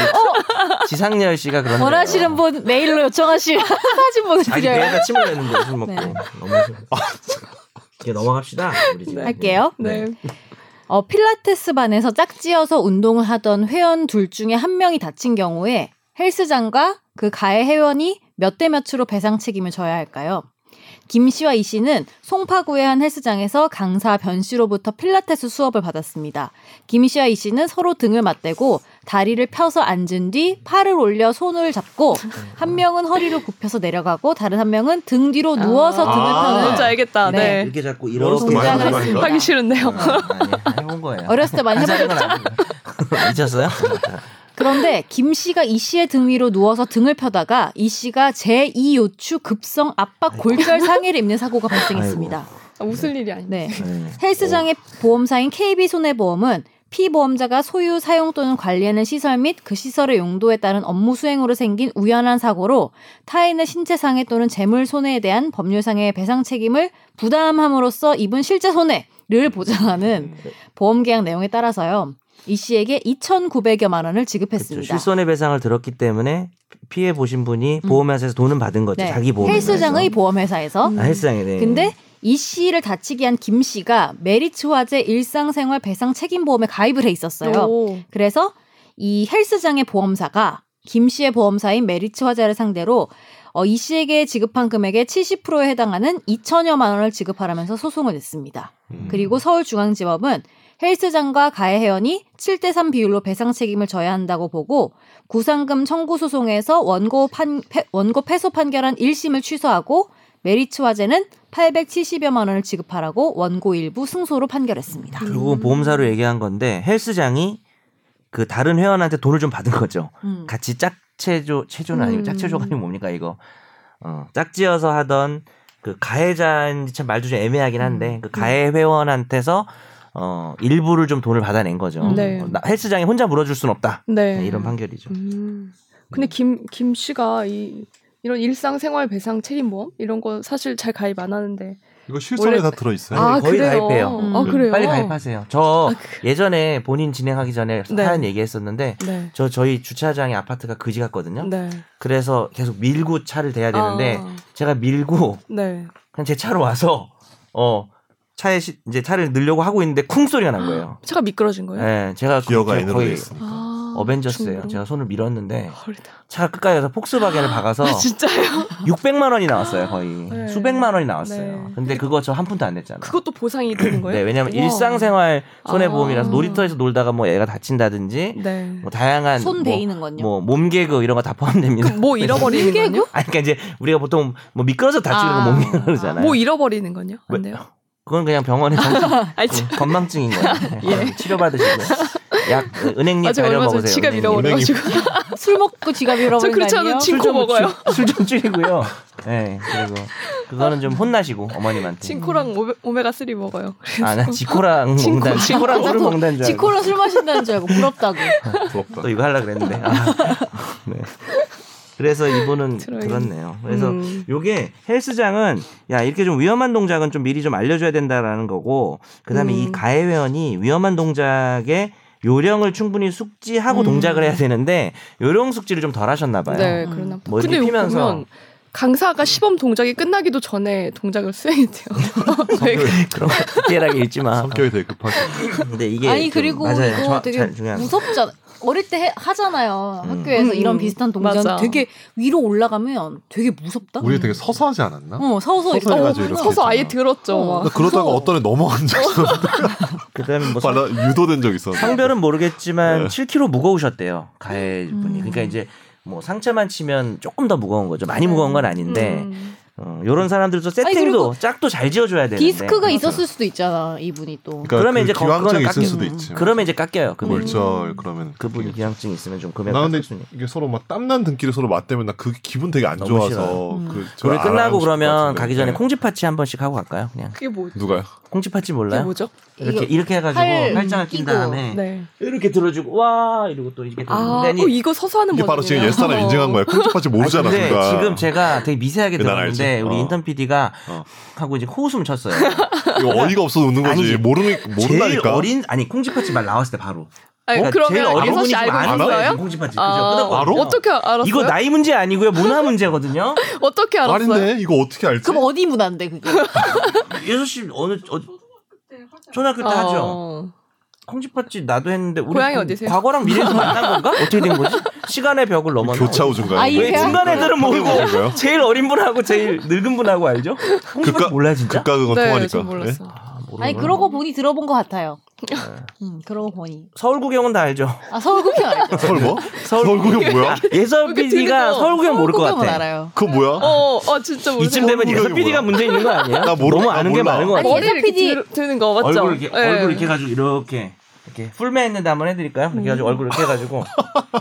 D: 지상렬 씨가 그런.
B: 어! 원하시는 분 메일로 요청하시면 사진
D: 자기
B: 보내드려요.
D: 배에다 침을 뱉는데 술 먹고.
B: 네.
D: 너무 싫어.
C: 아,
D: 이제 넘어갑시다. 우리 지금.
B: 할게요.
A: 네.
B: 어, 필라테스 반에서 짝지어서 운동을 하던 회원 둘 중에 한 명이 다친 경우에 헬스장과 그 가해 회원이 몇 대 몇으로 배상 책임을 져야 할까요? 김 씨와 이 씨는 송파구의 한 헬스장에서 강사 변 씨로부터 필라테스 수업을 받았습니다. 김 씨와 이 씨는 서로 등을 맞대고 다리를 펴서 앉은 뒤 팔을 올려 손을 잡고 한 명은 허리를 굽혀서 내려가고 다른 한 명은 등 뒤로 누워서
A: 아,
B: 등을
C: 아,
B: 펴는
A: 뭔지 알겠다.
B: 네.
A: 네.
D: 이렇게 네. 자꾸
C: 어렸을
D: 이렇게
C: 때 많이 하는
D: 말하는
C: 거
D: 거니까.
B: 아닙니까?
A: 하기 싫은데요.
D: 아니, 해본 거예요.
B: 어렸을 때 많이 해보셨죠?
D: 잊었어요?
B: 그런데 김 씨가 이 씨의 등 위로 누워서 등을 펴다가 이 씨가 제2 요추 급성 압박 골절 상해를 입는 사고가 발생했습니다.
A: 아, 웃을 일이 아니네.
B: 네. 헬스장의 보험사인 KB 손해보험은 피보험자가 소유, 사용 또는 관리하는 시설 및 그 시설의 용도에 따른 업무 수행으로 생긴 우연한 사고로 타인의 신체 상해 또는 재물 손해에 대한 법률상의 배상 책임을 네.
D: 음.
B: 부담함으로써 입은 실제 손해를 보장하는 보험 계약 내용에 따라서요. 이 씨에게 2,900여만 원을
D: 그렇죠.
B: 지급했습니다.
D: 실손해배상을 들었기 때문에 피해 보신 분이 보험회사에서 돈은 받은 거죠.
B: 음. 네.
D: 자기 보험
B: 헬스장의 보험회사에서.
D: 아, 헬스장에 네.
B: 근데 이 씨를 다치게 한 김 씨가 메리츠 화재 일상생활 배상 책임보험에 가입을 해 있었어요.
A: 오.
B: 그래서 이 헬스장의 보험사가 김 씨의 보험사인 메리츠 화재를 상대로 어, 이 씨에게 지급한 금액의 70%에 해당하는 2천여만 원을 지급하라면서 소송을 냈습니다.
C: 음.
B: 그리고 서울중앙지법은 헬스장과 가해 회원이 7대3 비율로 배상 책임을 져야 한다고 보고 구상금 청구 소송에서 원고 판 패- 원고 패소 판결한 1심을 취소하고 메리츠 화재는 870여만 원을 지급하라고 원고 일부 승소로 판결했습니다.
D: 결국은 보험사로 얘기한 건데 헬스장이 그 다른 회원한테 돈을 좀 받은 거죠.
B: 음.
D: 같이 짝체조 체조는 아니고
A: 음.
D: 짝체조가 아니면 뭡니까 이거 어, 짝지어서 하던 그 가해자인지 참 말도 좀 애매하긴
B: 음.
D: 한데 그 가해 회원한테서 어 일부를 좀 돈을 받아낸
B: 음.
D: 거죠.
A: 네.
D: 어, 나- 헬스장에 혼자 물어줄 순 없다.
A: 네.
D: 네, 이런 판결이죠.
A: 음. 근데 김, 김 씨가 이, 이런 일상생활 배상 책임보험 이런 거 사실 잘 가입 안 하는데.
C: 이거 실손에
A: 원래-
C: 다 들어 있어요.
D: 아, 거의 가입해요.
A: 아,
B: 음.
A: 그래요?
D: 빨리 가입하세요. 저
A: 아, 그-
D: 예전에 본인 진행하기 전에
A: 네.
D: 사연 얘기했었는데
A: 네.
D: 저 저희 주차장에 아파트가 그지 같거든요.
A: 네.
D: 그래서 계속 밀고 차를 대야 되는데
A: 아,
D: 제가 밀고
A: 네.
D: 그냥 제 차로 와서 어 차에 시- 이제 차를 넣으려고 하고 있는데 쿵 소리가 난 거예요.
A: 제가 미끄러진
D: 예,
A: 거예요?
D: 제가 그-
C: 기어가
D: 제가
C: 인으로 돼
D: 거의
C: 있으니까.
A: 아,
D: 어벤져스예요.
A: 중고로?
D: 제가 손을 밀었는데
A: 헐다.
D: 차가 끝까지 가서 폭스바겐을 박아서
A: 아, 진짜요?
D: 600만 원이 나왔어요, 거의
A: 네.
D: 수백만 원이 나왔어요.
A: 네.
D: 근데 그거 저 한 푼도 안 냈잖아요.
A: 그것도 보상이 되는 거예요?
D: 네, 왜냐면
A: 우와.
D: 일상생활 손해보험이라서
A: 아.
D: 놀이터에서 놀다가 뭐 애가 다친다든지
A: 네.
D: 뭐 다양한
B: 손
D: 뭐,
B: 베이는건요.
D: 뭐 몸개그 이런 거 다 포함됩니다.
A: 그럼 뭐 잃어버리는
B: 일개구?
A: 거요?
D: 아니 그러니까 네. 이제 우리가 보통 뭐 미끄러져 다치는
B: 아.
D: 거 몸개그 그러잖아요.
A: 뭐 잃어버리는 건요?
D: 뭐-
A: 안 돼요?
D: 그건 그냥 병원에 정신
A: 아니, 참.
D: 그 건망증인 거예요. 네,
A: 예.
D: 치료 받으시고 약 어, 은행잎
A: 아직
D: 다려
A: 얼마 전에
D: 먹으세요.
A: 지갑
D: 은행잎.
A: 잃어버려가지고.
B: 술 먹고 지갑
A: 저
B: 잃어버린 거
A: 그렇지
B: 아니에요?
A: 않아도 친코
D: 좀
A: 먹어요.
D: 줄- 술 좀 줄이고요. 네, 그리고 그거는 좀 혼나시고 어머님한테.
A: 친코랑 오메, 오메가3 먹어요.
D: 아, 나 지코랑
A: 친코,
D: 먹는다. 지코랑 술을 먹는다는 줄 알고.
B: 어, 지코로 술 마신다는 줄 알고 부럽다고.
C: 부럽다.
D: 또 이거 하려 그랬는데. 아. 네. 그래서 이분은
A: 들어있네.
D: 들었네요. 그래서
A: 음.
D: 요게 헬스장은 야 이렇게 좀 위험한 동작은 좀 미리 좀 알려줘야 된다라는 거고 그다음에
A: 음.
D: 이 가해 회원이 위험한 동작에 요령을 충분히 숙지하고
A: 음.
D: 동작을 해야 되는데 요령 숙지를 좀 덜 하셨나 봐요.
A: 네,
B: 음.
A: 그러나 봐.
D: 머리
A: 근데 이거
D: 피면서.
A: 보면 강사가 시범 동작이 끝나기도 전에 동작을 수행했대요. 왜 그래?
D: 그런 거 디테일하게 읽지 마.
C: 성격이 되게 급하게.
D: 음. 근데 이게
B: 아니
D: 예, 좀
B: 그리고
D: 맞아요.
B: 이거
D: 저-
B: 되게
D: 잘 중요한 거.
B: 무섭잖아. 어릴 때 해- 하잖아요.
D: 음.
B: 학교에서
A: 음,
B: 이런
A: 음.
B: 비슷한 동작
A: 맞아.
B: 되게 위로 올라가면 되게 무섭다.
C: 우리 되게 서서 하지 않았나?
D: 음.
B: 어 서서 이렇게
C: 서서 해가지고
B: 올라가면
C: 이렇게.
A: 서서 아예
C: 있잖아.
A: 들었죠.
B: 어.
A: 막.
C: 나 그러다가
B: 무서워.
C: 어떤 애 넘어간 적 있었는데
D: 그다음에 뭐
C: 나 유도된 적 있었는데
D: 상별은
C: 네.
D: 모르겠지만 7kg 무거우셨대요 가해
B: 음.
D: 분이. 그러니까 이제 뭐 상체만 치면 조금 더 무거운 거죠. 많이 무거운 건 아닌데
A: 음.
D: 어, 요런 사람들도
B: 네. 그리고
D: 세팅도 짝도 잘 지어줘야 되는데 그렇죠.
B: 디스크가 있었을 수도 있잖아 이분이 또.
C: 그러니까
D: 그러면
C: 그러면
D: 이제
C: 이제
D: 거-
C: 기왕증
D: 그거는
C: 있을
D: 깎여-
C: 수도 있지. 음.
D: 그러면 이제 깎여요. 그 분이.
C: 멀절 네. 그러면
D: 그분이 기왕증 있으면 좀 금액
C: 그렇죠. 나 근데
D: 깎을 수 있는.
C: 이게 서로 막 땀난 등끼리 서로 맞대면 나 그 기분 되게 안
D: 너무
C: 좋아서
D: 싫어요. 음.
C: 그 저를
D: 우리
C: 안 하고
D: 끝나고
C: 싶을 것
D: 그러면
C: 같은데.
D: 가기 전에
C: 네.
D: 콩쥐 파츠 한 번씩 하고 갈까요? 그냥
A: 그게 뭐
C: 누가요?
D: 콩쥐 파츠
A: 그게
D: 몰라요?
A: 뭐죠?
D: 이렇게
B: 이거
D: 이렇게 해가지고
B: 팔
D: 팔짱을 낀
B: 끼고.
D: 다음에 음.
A: 네.
D: 이렇게 들어주고 와 이러고 또 이렇게
A: 아,
D: 들어주는데
A: 어, 이거 서서 하는
C: 이게 바로 지금
A: 모습이네요.
C: 옛사람 인증한 거야. 콩팥이 모르잖아 그러니까.
D: 근데
C: 누가.
D: 지금 제가 되게 미세하게
C: 난
D: 들었는데
C: 알지.
D: 우리
C: 어.
D: 인턴 PD가
C: 어.
D: 하고 이제 코웃음을 쳤어요.
C: 이거 어이가 없어서 웃는 거지.
D: 아니지.
C: 모르니
D: 제일
C: 모른다니까.
D: 어린 아니 콩쥐 파츠 말 나왔을 때 바로.
A: 아니,
D: 어?
A: 네, 그러면
D: 제일
A: 어린
D: 어린
A: 서씨
D: 분이
A: 알고
D: 알아요,
A: 있어요?
D: 콩쥐 파츠.
A: 아,
D: 그죠?
C: 바로?
D: 그거든요.
A: 어떻게 알았어요?
D: 이거 나이 문제 아니고요 문화 문제거든요.
A: 어떻게 알았어요?
C: 아닌데 이거 어떻게 알지?
B: 그럼 어디 문화인데 그게?
D: 예수 씨 어느 어, 초등학교 때 하죠.
A: 어.
D: 콩쥐팥집 나도 했는데 우리
A: 고향이
D: 그
A: 어디세요?
D: 과거랑 미래에서 만난 건가? 어떻게 된 거지? 시간의 벽을 넘어서
C: 교차 우주인가요?
B: 아,
D: 왜
B: 이게?
D: 중간 애들은 모르고
C: 그런가요?
D: 제일 어린 분하고 제일 늙은 분하고 알죠? 콩쥐팥
C: 그까-
D: 몰라 진짜?
C: 극과 극은
A: 네,
C: 통하니까.
A: 전 몰랐어. 요
D: 아, 모르는
B: 아니
D: 거야.
B: 그러고 보니 들어본 것 같아요.
D: 네.
B: 음 그러고 보니
D: 서울 구경은 다 알죠.
B: 아 서울구경 알죠.
C: 네? 서울 뭐?
D: 서울-
C: 서울 구경 뭐야?
D: 예서
A: 이렇게
D: PD가
A: 들리죠?
D: 서울 구경 모를 것
B: 그 서울구경은
D: 같아.
B: 알아요.
C: 그거 뭐야?
A: 어, 어, 진짜 모르
D: 이쯤 되면
C: 서울
D: 예서
C: 구경이
D: PD가
C: 뭐야?
D: 문제 있는 거 아니에요?
C: 나 모르-
D: 너무
C: 나
D: 아는 게
C: 몰라.
D: 많은 거
B: 아니,
D: 같아요.
A: 머리를
B: 예사 PD.
A: 이렇게 들- 드는 거 맞죠?
D: 얼굴 이렇게
A: 예.
D: 얼굴 이렇게 해가지고 이렇게 이렇게 풀메 했는데 한번 해드릴까요? 이렇게
B: 음.
D: 해가지고 얼굴 이렇게 해가지고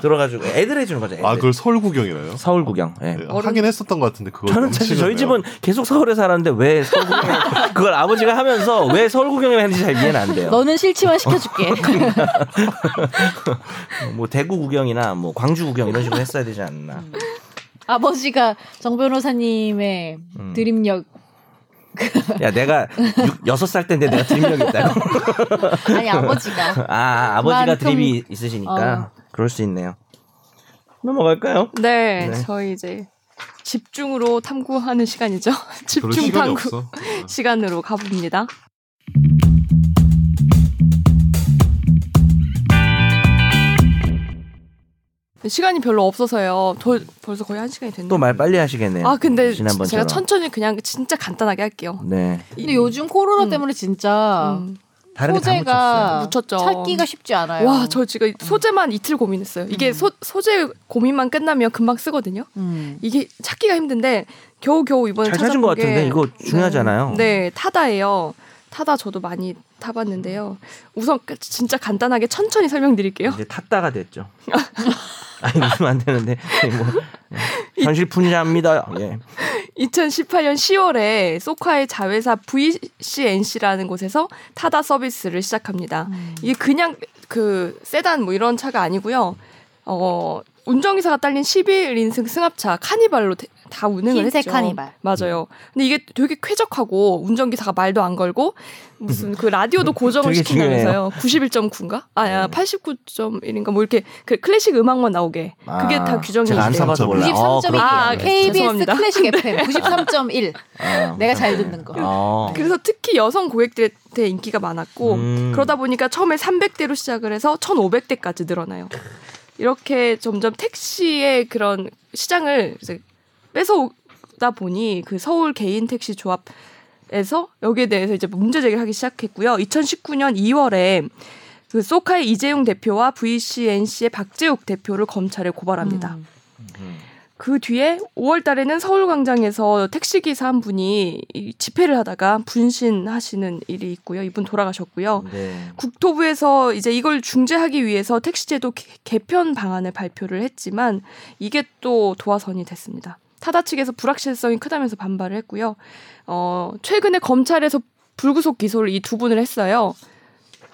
D: 들어가지고 애들 해주는 거죠. 애들.
C: 아 그걸 서울 구경이라요?
D: 서울 구경. 예.
C: 네, 하긴 했었던 것 같은데 그거.
D: 저는
C: 너무
D: 사실
C: 심했네요.
D: 저희 집은 계속 서울에 살았는데 왜 서울 구경 그걸 아버지가 하면서 왜 서울 구경을 했는지 잘 이해는 안 돼요.
B: 너는 실치만 시켜줄게.
D: 그러니까. 뭐 대구 구경이나 뭐 광주 구경 이런 식으로 했어야 되지
B: 음.
D: 않나.
B: 아버지가 정 변호사님의
D: 음.
B: 드립력
D: 야 내가 육- 여섯 살 때인데 내가 드립력 있다고.
B: 아니 아버지가
D: 아 아버지가
B: 그만큼-
D: 드립이
A: 어.
D: 있으시니까 그럴 수 있네요. 넘어갈까요?
A: 네,
D: 네.
A: 저희 이제 집중으로 탐구하는 시간이죠.
C: 그럴
A: 집중
C: 시간이
A: 탐구
C: 없어.
A: 시간으로 가봅니다. 네, 시간이 별로 없어서요. 도- 벌써 거의 한 시간이 됐네요.
D: 또 말 빨리 하시겠네요.
A: 아 근데 지-
D: 지난번처럼.
A: 제가 천천히 그냥 진짜 간단하게 할게요.
D: 네
B: 근데 요즘 코로나
A: 음.
B: 때문에 진짜
A: 음.
D: 다른 게다
B: 소재가
D: 묻혔어요.
A: 묻혔죠.
B: 찾기가 쉽지 않아요.
A: 와, 저 지금 소재만 이틀 고민했어요. 이게
B: 음.
A: 소, 소재 고민만 끝나면 금방 쓰거든요.
B: 음.
A: 이게 찾기가 힘든데 겨우겨우 이번에
D: 잘 찾은
A: 찾아본
D: 것 같은데
A: 게
D: 이거 중요하잖아요.
A: 네, 타다예요. 타다 저도 많이 타봤는데요. 우선 끝- 진짜 간단하게 천천히 설명드릴게요.
D: 이제 탔다가 됐죠. 아니 웃으면 안 되는데 뭐, 예. 현실 분야입니다. 예.
A: 2018년 10월에 소카의 자회사 VCNC라는 곳에서 타다 서비스를 시작합니다. 이게 그냥 그 세단 뭐 이런 차가 아니고요. 어 운전기사가 딸린 11인승 승합차 카니발로 대- 다 운행을
B: 흰색
A: 했죠.
B: 카니발.
A: 맞아요. 근데 이게 되게 쾌적하고 운전기사가 말도 안 걸고 무슨 그 라디오도 고정을
D: 되게
A: 시킨다면서요. 91.9인가? 아야
D: 네.
A: 89.1인가? 뭐 이렇게 그 클래식 음악만 나오게 그게 다 규정이
D: 아, 제가 안
A: 돼요.
D: 사봐서 몰라.
B: 93.1
D: 어, 그렇군요.
A: 아,
D: 네.
A: K-
B: KBS
A: 죄송합니다.
B: 클래식 FM 93.1
D: 아,
B: 내가 잘 듣는 거.
D: 어.
A: 그래서 특히 여성 고객들한테 인기가 많았고
D: 음.
A: 그러다 보니까 처음에 300대로 시작을 해서 1,500대까지 늘어나요. 이렇게 점점 택시의 그런 시장을 이제 뺏어오다 보니 그 서울 개인 택시 조합에서 여기에 대해서 이제 문제 제기를 하기 시작했고요. 2019년 2월에 그 소카의 이재용 대표와 VCNC의 박재욱 대표를 검찰에 고발합니다.
B: 음.
D: 음.
A: 그 뒤에 5월 달에는 서울광장에서 택시기사 한 분이 이 집회를 하다가 분신하시는 일이 있고요. 이분 돌아가셨고요.
D: 네.
A: 국토부에서 이제 이걸 중재하기 위해서 택시제도 개- 개편 방안을 발표를 했지만 이게 또 도화선이 됐습니다. 타다 측에서 불확실성이 크다면서 반발을 했고요. 어, 최근에 검찰에서 불구속 기소를 이 두 분을 했어요.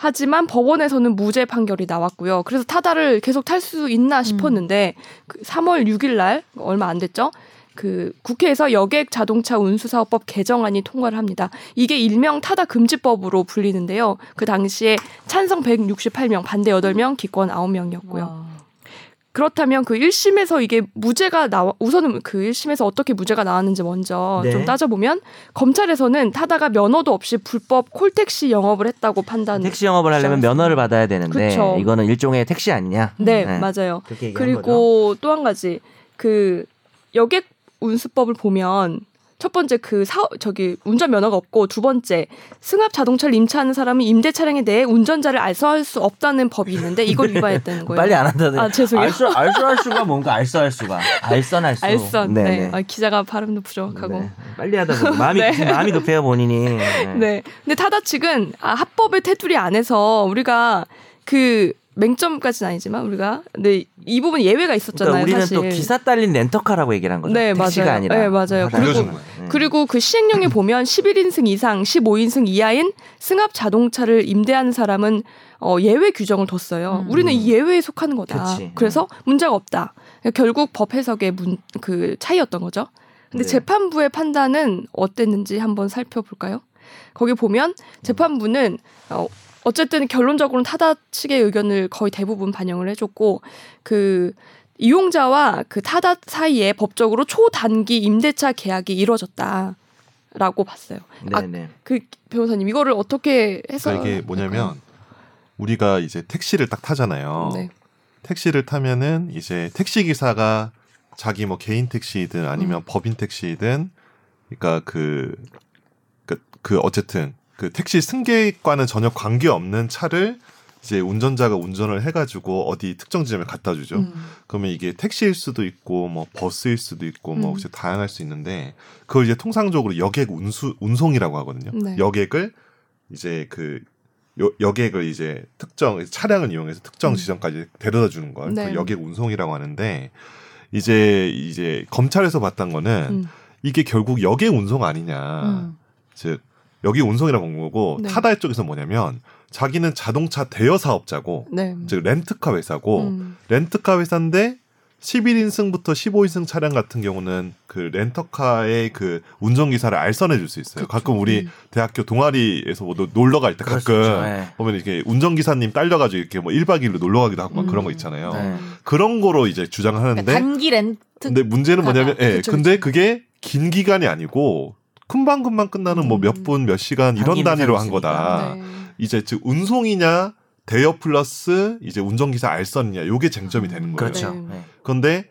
A: 하지만 법원에서는 무죄 판결이 나왔고요. 그래서 타다를 계속 탈 수 있나 싶었는데 그 3월 6일 날 얼마 안 됐죠. 그 국회에서 여객 자동차 운수사업법 개정안이 통과를 합니다. 이게 일명 타다 금지법으로 불리는데요. 그 당시에 찬성 168명, 반대 8명, 기권 9명이었고요.
B: 와.
A: 그렇다면 그 1심에서 이게 무죄가 나와 우선은 그 1심에서 어떻게 무죄가 나왔는지 먼저
D: 네.
A: 좀 따져보면 검찰에서는 타다가 면허도 없이 불법 콜택시 영업을 했다고 판단.
D: 아, 택시 영업을 하려면
A: 시작했습니다.
D: 면허를 받아야 되는데
A: 음. 그쵸.
D: 이거는 일종의 택시 아니냐?
A: 네,
D: 네.
A: 맞아요.
D: 그렇게 얘기한 거죠?
A: 그리고 또 한 가지 그 여객 운수법을 보면 첫 번째 그 사, 저기 운전 면허가 없고 두 번째 승합 자동차를 임차하는 사람은 임대 차량에 대해 운전자를 알선할 수 없다는 법이 있는데 이걸 위반했다는 거예요.
D: 네. 빨리 안 한다는.
A: 아 죄송해요.
D: 알수 알수할 수가 뭔가 알수할 수가 알선할 수.
A: 알선. 네.
D: 네, 네.
A: 아, 기자가 발음도 부족하고.
D: 네. 빨리 하다 보면 마음이
A: 네.
D: 지금 마음이 급해요 본인이. 네.
A: 네. 근데 타다 측은 아, 합법의 테두리 안에서 우리가 그 맹점까지는 아니지만 우리가 근데 이 부분 예외가 있었잖아요.
D: 그러니까 우리는
A: 사실.
D: 또 기사 딸린 렌터카라고 얘기를 한 거죠.
A: 네,
D: 택시가
A: 맞아요.
D: 아니라.
A: 네, 맞아요.
D: 하다가.
C: 그리고-
D: 네.
A: 그리고 그 시행령에 보면 11인승 이상, 15인승 이하인 승합 자동차를 임대하는 사람은 어, 예외 규정을 뒀어요.
B: 음.
A: 우리는 이 예외에 속하는 거다.
D: 그치.
A: 그래서 문제가 없다. 결국 법 해석의 문, 그 차이였던 거죠. 근데
D: 네.
A: 재판부의 판단은 어땠는지 한번 살펴볼까요? 거기 보면 재판부는 어, 어쨌든 결론적으로는 타다 측의 의견을 거의 대부분 반영을 해줬고 그 이용자와 그 타다 사이에 법적으로 초단기 임대차 계약이 이루어졌다라고 봤어요.
D: 네,
A: 아,
D: 네.
A: 그 변호사님 이거를 어떻게 해서
C: 그러니까 이게 뭐냐면 우리가 이제 택시를 딱 타잖아요.
A: 네.
C: 택시를 타면은 이제 택시 기사가 자기 뭐 개인 택시든 아니면 법인 택시든 그러니까 그, 그, 그 어쨌든 그 택시 승객과는 전혀 관계없는 차를 이제 운전자가 운전을 해가지고 어디 특정 지점에 갖다
B: 음.
C: 주죠.
D: 음.
C: 그러면 이게 택시일 수도 있고 뭐 버스일 수도 있고 뭐
A: 음.
C: 이제 다양할 수 있는데 그걸 이제 통상적으로 여객 운수 운송이라고 하거든요.
A: 네.
C: 여객을 이제 그 여, 여객을 이제 특정 차량을 이용해서 특정
A: 음.
C: 지점까지 데려다 주는 걸그
A: 네.
C: 여객 운송이라고 하는데 이제 이제 검찰에서 봤던 거는
A: 음.
C: 이게 결국 여객 운송 아니냐.
B: 음.
C: 즉 여객 운송이라고 본 거고
A: 네.
C: 타다의 쪽에서 뭐냐면 자기는 자동차 대여 사업자고
A: 네.
C: 즉 렌트카 회사고
A: 음.
C: 렌트카 회사인데 11인승부터 15인승 차량 같은 경우는 그 렌터카의 그 운전기사를 알선해 줄 수 있어요. 가끔 우리 대학교 동아리에서 뭐 노- 놀러 갈 때
D: 그럴
C: 가끔
D: 수 있죠. 네.
C: 보면 이렇게 운전기사님 딸려가지고 이렇게 뭐 1박 2일로 놀러 가기도 하고 막
A: 음.
C: 그런 거 있잖아요.
D: 네.
C: 그런 거로 이제 주장하는데
B: 그러니까 단기 렌트
C: 근데 문제는 뭐냐면
A: 가다.
C: 예.
A: 그쵸,
C: 근데 그게긴 기간이 아니고 금방금방 끝나는 뭐 몇
A: 음.
C: 분, 몇 시간 이런
D: 단기
C: 단위로 한
D: 인상이니까.
C: 거다.
A: 네.
C: 이제 즉 운송이냐 대여 플러스 이제 운전기사 알선이냐 요게 쟁점이 되는 거예요.
D: 그렇죠.
A: 네.
D: 네.
C: 그런데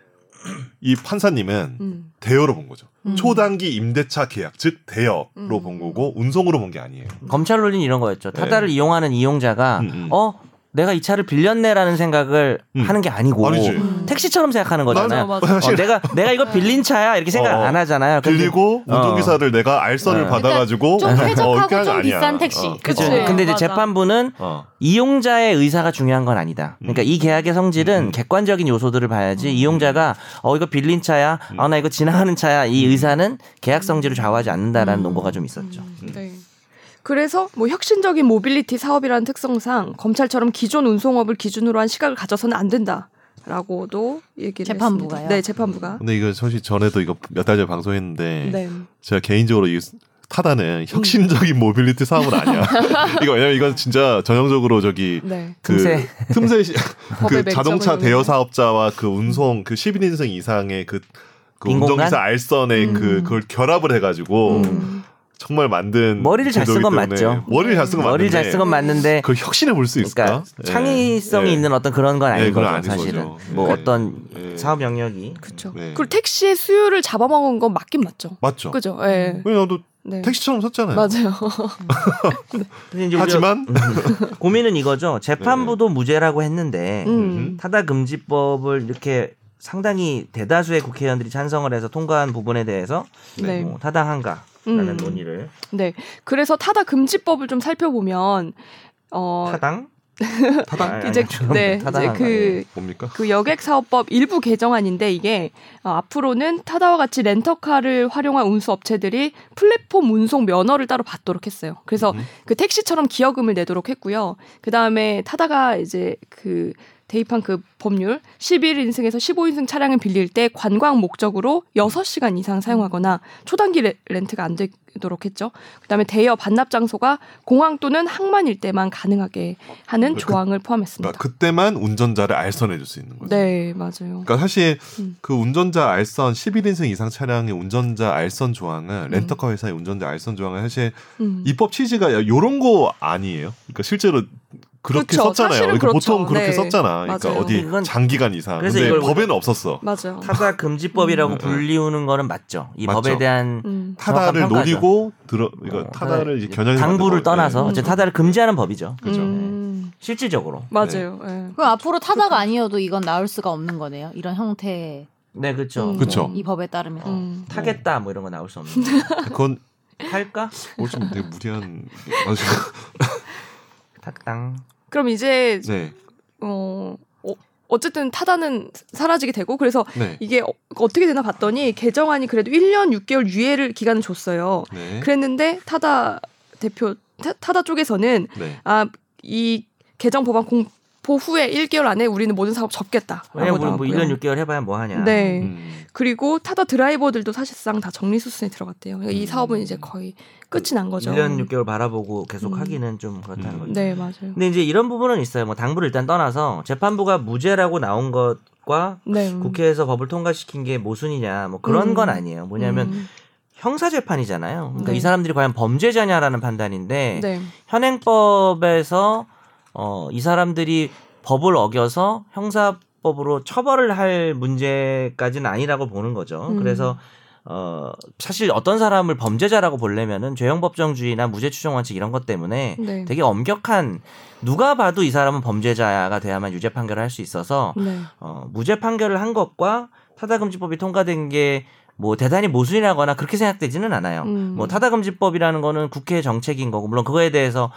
C: 이 판사님은
A: 음.
C: 대여로 본 거죠.
B: 음.
C: 초단기 임대차 계약 즉 대여로
A: 음.
C: 본 거고 운송으로 본 게 아니에요.
D: 검찰 논리는 이런 거였죠.
C: 네.
D: 타다를 이용하는 이용자가
C: 음, 음.
D: 어 내가 이 차를 빌렸네라는 생각을
C: 음.
D: 하는 게 아니고
C: 아니지.
A: 음.
D: 택시처럼 생각하는 거잖아요.
A: 맞아, 맞아.
D: 어, 내가 내가 이거 빌린 차야 이렇게 생각
C: 어,
D: 안 하잖아요. 근데-
C: 빌리고
D: 어.
C: 운전기사를 내가 알선을
D: 네.
C: 받아가지고
B: 그러니까 좀
C: 어,
B: 쾌적하고
C: 이렇게 하는
B: 좀
C: 거 아니야.
B: 비싼 택시.
C: 어,
D: 그죠.
A: 그치.
D: 근데 이제
B: 맞아.
D: 재판부는
C: 어.
D: 이용자의 의사가 중요한 건 아니다. 그러니까
C: 음.
D: 이 계약의 성질은
C: 음.
D: 객관적인 요소들을 봐야지 이용자가 어 이거 빌린 차야,
C: 음.
D: 아 나 이거 지나가는 차야 이 의사는 계약 성질을 좌우하지 않는다라는
B: 음.
D: 논거가 좀 있었죠.
A: 음, 네. 그래서 뭐 혁신적인 모빌리티 사업이라는 특성상 검찰처럼 기존 운송업을 기준으로 한 시각을 가져서는 안 된다라고도 얘기를
B: 재판부가요?
A: 했습니다. 네, 재판부가.
C: 근데 이거 사실 전에도 이거 몇 달 전에 방송했는데
A: 네.
C: 제가 개인적으로 이 타다는 혁신적인 모빌리티 사업은 아니야. 이거 왜냐면 이건 진짜 전형적으로 저기
A: 네.
C: 그
D: 틈새.
C: 틈새 시-
A: 법의
C: 그
A: 맥점을
C: 자동차 대여
A: 이용해.
C: 사업자와 그 운송 그 11인승 이상의 그, 그
D: 빈공간?
C: 운전기사 알선의 그
B: 음.
C: 그걸 결합을 해가지고
A: 음.
C: 정말 만든
D: 머리를 잘쓴건
C: 제도이기 때문에
D: 맞죠.
C: 머리를 잘 쓴 건
D: 머리를 잘
C: 맞는데
D: 쓴 건 맞는데
C: 그 혁신해 볼 수 있을까?
D: 그러니까
C: 예.
D: 창의성이
C: 예.
D: 있는 어떤 그런 건 아닌
C: 예, 그건
D: 거죠
C: 아닌
D: 사실은
C: 거죠.
D: 뭐
C: 예.
D: 어떤
C: 예.
D: 사업 영역이
A: 그렇죠.
C: 네.
A: 그리고 택시의 수요를 잡아먹은 건 맞긴 맞죠.
C: 맞죠.
A: 그죠? 예.
C: 왜 나도
A: 네.
C: 택시처럼 썼잖아요.
A: 맞아요.
D: 근데 이제 우리가 음.
C: 하지만 네.
D: 고민은 이거죠 재판부도 무죄라고 했는데
A: 음.
D: 타다 금지법을 이렇게 상당히 대다수의 국회의원들이 찬성을 해서 통과한 부분에 대해서
A: 네.
D: 뭐 타당한가라는
A: 음.
D: 논의를
A: 네. 그래서 타다 금지법을 좀 살펴보면 어
D: 타당 아, 타당
A: 이제 네. 이제 그
C: 뭡니까?
A: 그 여객사업법 일부 개정안인데 이게 어, 앞으로는 타다와 같이 렌터카를 활용한 운수업체들이 플랫폼 운송 면허를 따로 받도록 했어요. 그래서
C: 음.
A: 그 택시처럼 기여금을 내도록 했고요. 그 다음에 타다가 이제 그 대입한 그 법률 11인승에서 15인승 차량을 빌릴 때 관광 목적으로 6시간 이상 사용하거나 초단기 레- 렌트가 안 되도록 했죠. 그다음에 대여 반납 장소가 공항 또는 항만일 때만 가능하게 하는
C: 그-
A: 조항을 포함했습니다.
C: 그러니까 그때만 운전자를 알선해 줄 수 있는 거죠.
A: 네, 맞아요.
C: 그러니까 사실
A: 음.
C: 그 운전자 알선 11인승 이상 차량의 운전자 알선 조항은 렌터카 회사의 운전자 알선 조항은 사실
A: 음.
C: 입법 취지가 요런 거 아니에요. 그러니까 실제로 그렇게
A: 그렇죠.
C: 썼잖아요.
A: 사실은
C: 그러니까 보통
A: 그렇죠.
C: 그렇게
A: 네.
C: 썼잖아. 그러니까
A: 맞아요.
C: 어디
D: 그건-
C: 장기간 이상.
D: 그래서
C: 근데
D: 이걸
C: 법에는 없었어.
A: 맞아요.
D: 타다 금지법이라고
C: 음.
D: 불리우는 거는 맞죠 이
C: 맞죠.
D: 법에 대한
A: 음.
C: 타다를
D: 정확한 평가죠.
C: 노리고 들어 그러니까
D: 어,
C: 타다를 이제 겨냥해
D: 당부를 떠나서
A: 네.
D: 어쨌든 타다를 금지하는 법이죠 네.
C: 그죠.
A: 음.
D: 실질적으로
A: 맞아요. 예.
B: 그럼 앞으로 타다가 아니어도 이건 나올 수가 없는 거네요. 이런 형태의
D: 네 그렇죠
A: 음.
C: 그쵸.
B: 이 법에 따르면.
A: 음.
D: 타겠다 뭐 이런 거 나올 수 없는 거.
C: 그건
D: 할까
C: 뭘좀 되게 무리한 맞아.
D: 탁당
A: 그럼 이제
C: 네.
A: 어, 어 어쨌든 타다는 사라지게 되고 그래서
C: 네.
A: 이게 어, 어떻게 되나 봤더니 개정안이 그래도 1년 6개월 유예를 기간을 줬어요.
C: 네.
A: 그랬는데 타다 대표 타- 타다 쪽에서는
C: 네.
A: 아 이 개정 법안 공포 후에 1개월 안에 우리는 모든 사업 접겠다.
D: 왜냐 우리 뭐 1년 6개월 해봐야 뭐 하냐
A: 네.
C: 음.
A: 그리고 타다 드라이버들도 사실상 다 정리수순에 들어갔대요. 그러니까 이
C: 음.
A: 사업은 이제 거의 끝이 난 거죠.
D: 1년 6개월 바라보고 계속
A: 음.
D: 하기는 좀 그렇다는
C: 음.
D: 거죠.
A: 네, 맞아요.
D: 근데 이제 이런 부분은 있어요. 뭐 당부를 일단 떠나서 재판부가 무죄라고 나온 것과
A: 네. 음.
D: 국회에서 법을 통과시킨 게 모순이냐 뭐 그런
A: 음.
D: 건 아니에요. 뭐냐면
A: 음.
D: 형사 재판이잖아요. 그러니까
A: 네.
D: 이 사람들이 과연 범죄자냐라는 판단인데
A: 네.
D: 현행법에서 어, 이 사람들이 법을 어겨서 형사법으로 처벌을 할 문제까지는 아니라고 보는 거죠.
A: 음.
D: 그래서 어, 사실 어떤 사람을 범죄자라고 보려면은 죄형법정주의나 무죄추정 원칙 이런 것 때문에
A: 네.
D: 되게 엄격한 누가 봐도 이 사람은 범죄자가 돼야만 유죄 판결을 할 수 있어서
A: 네.
D: 어, 무죄 판결을 한 것과 타다금지법이 통과된 게 뭐 대단히 모순이라거나 그렇게 생각되지는 않아요.
A: 음.
D: 뭐 타다금지법이라는 거는 국회 정책인 거고 물론 그거에 대해서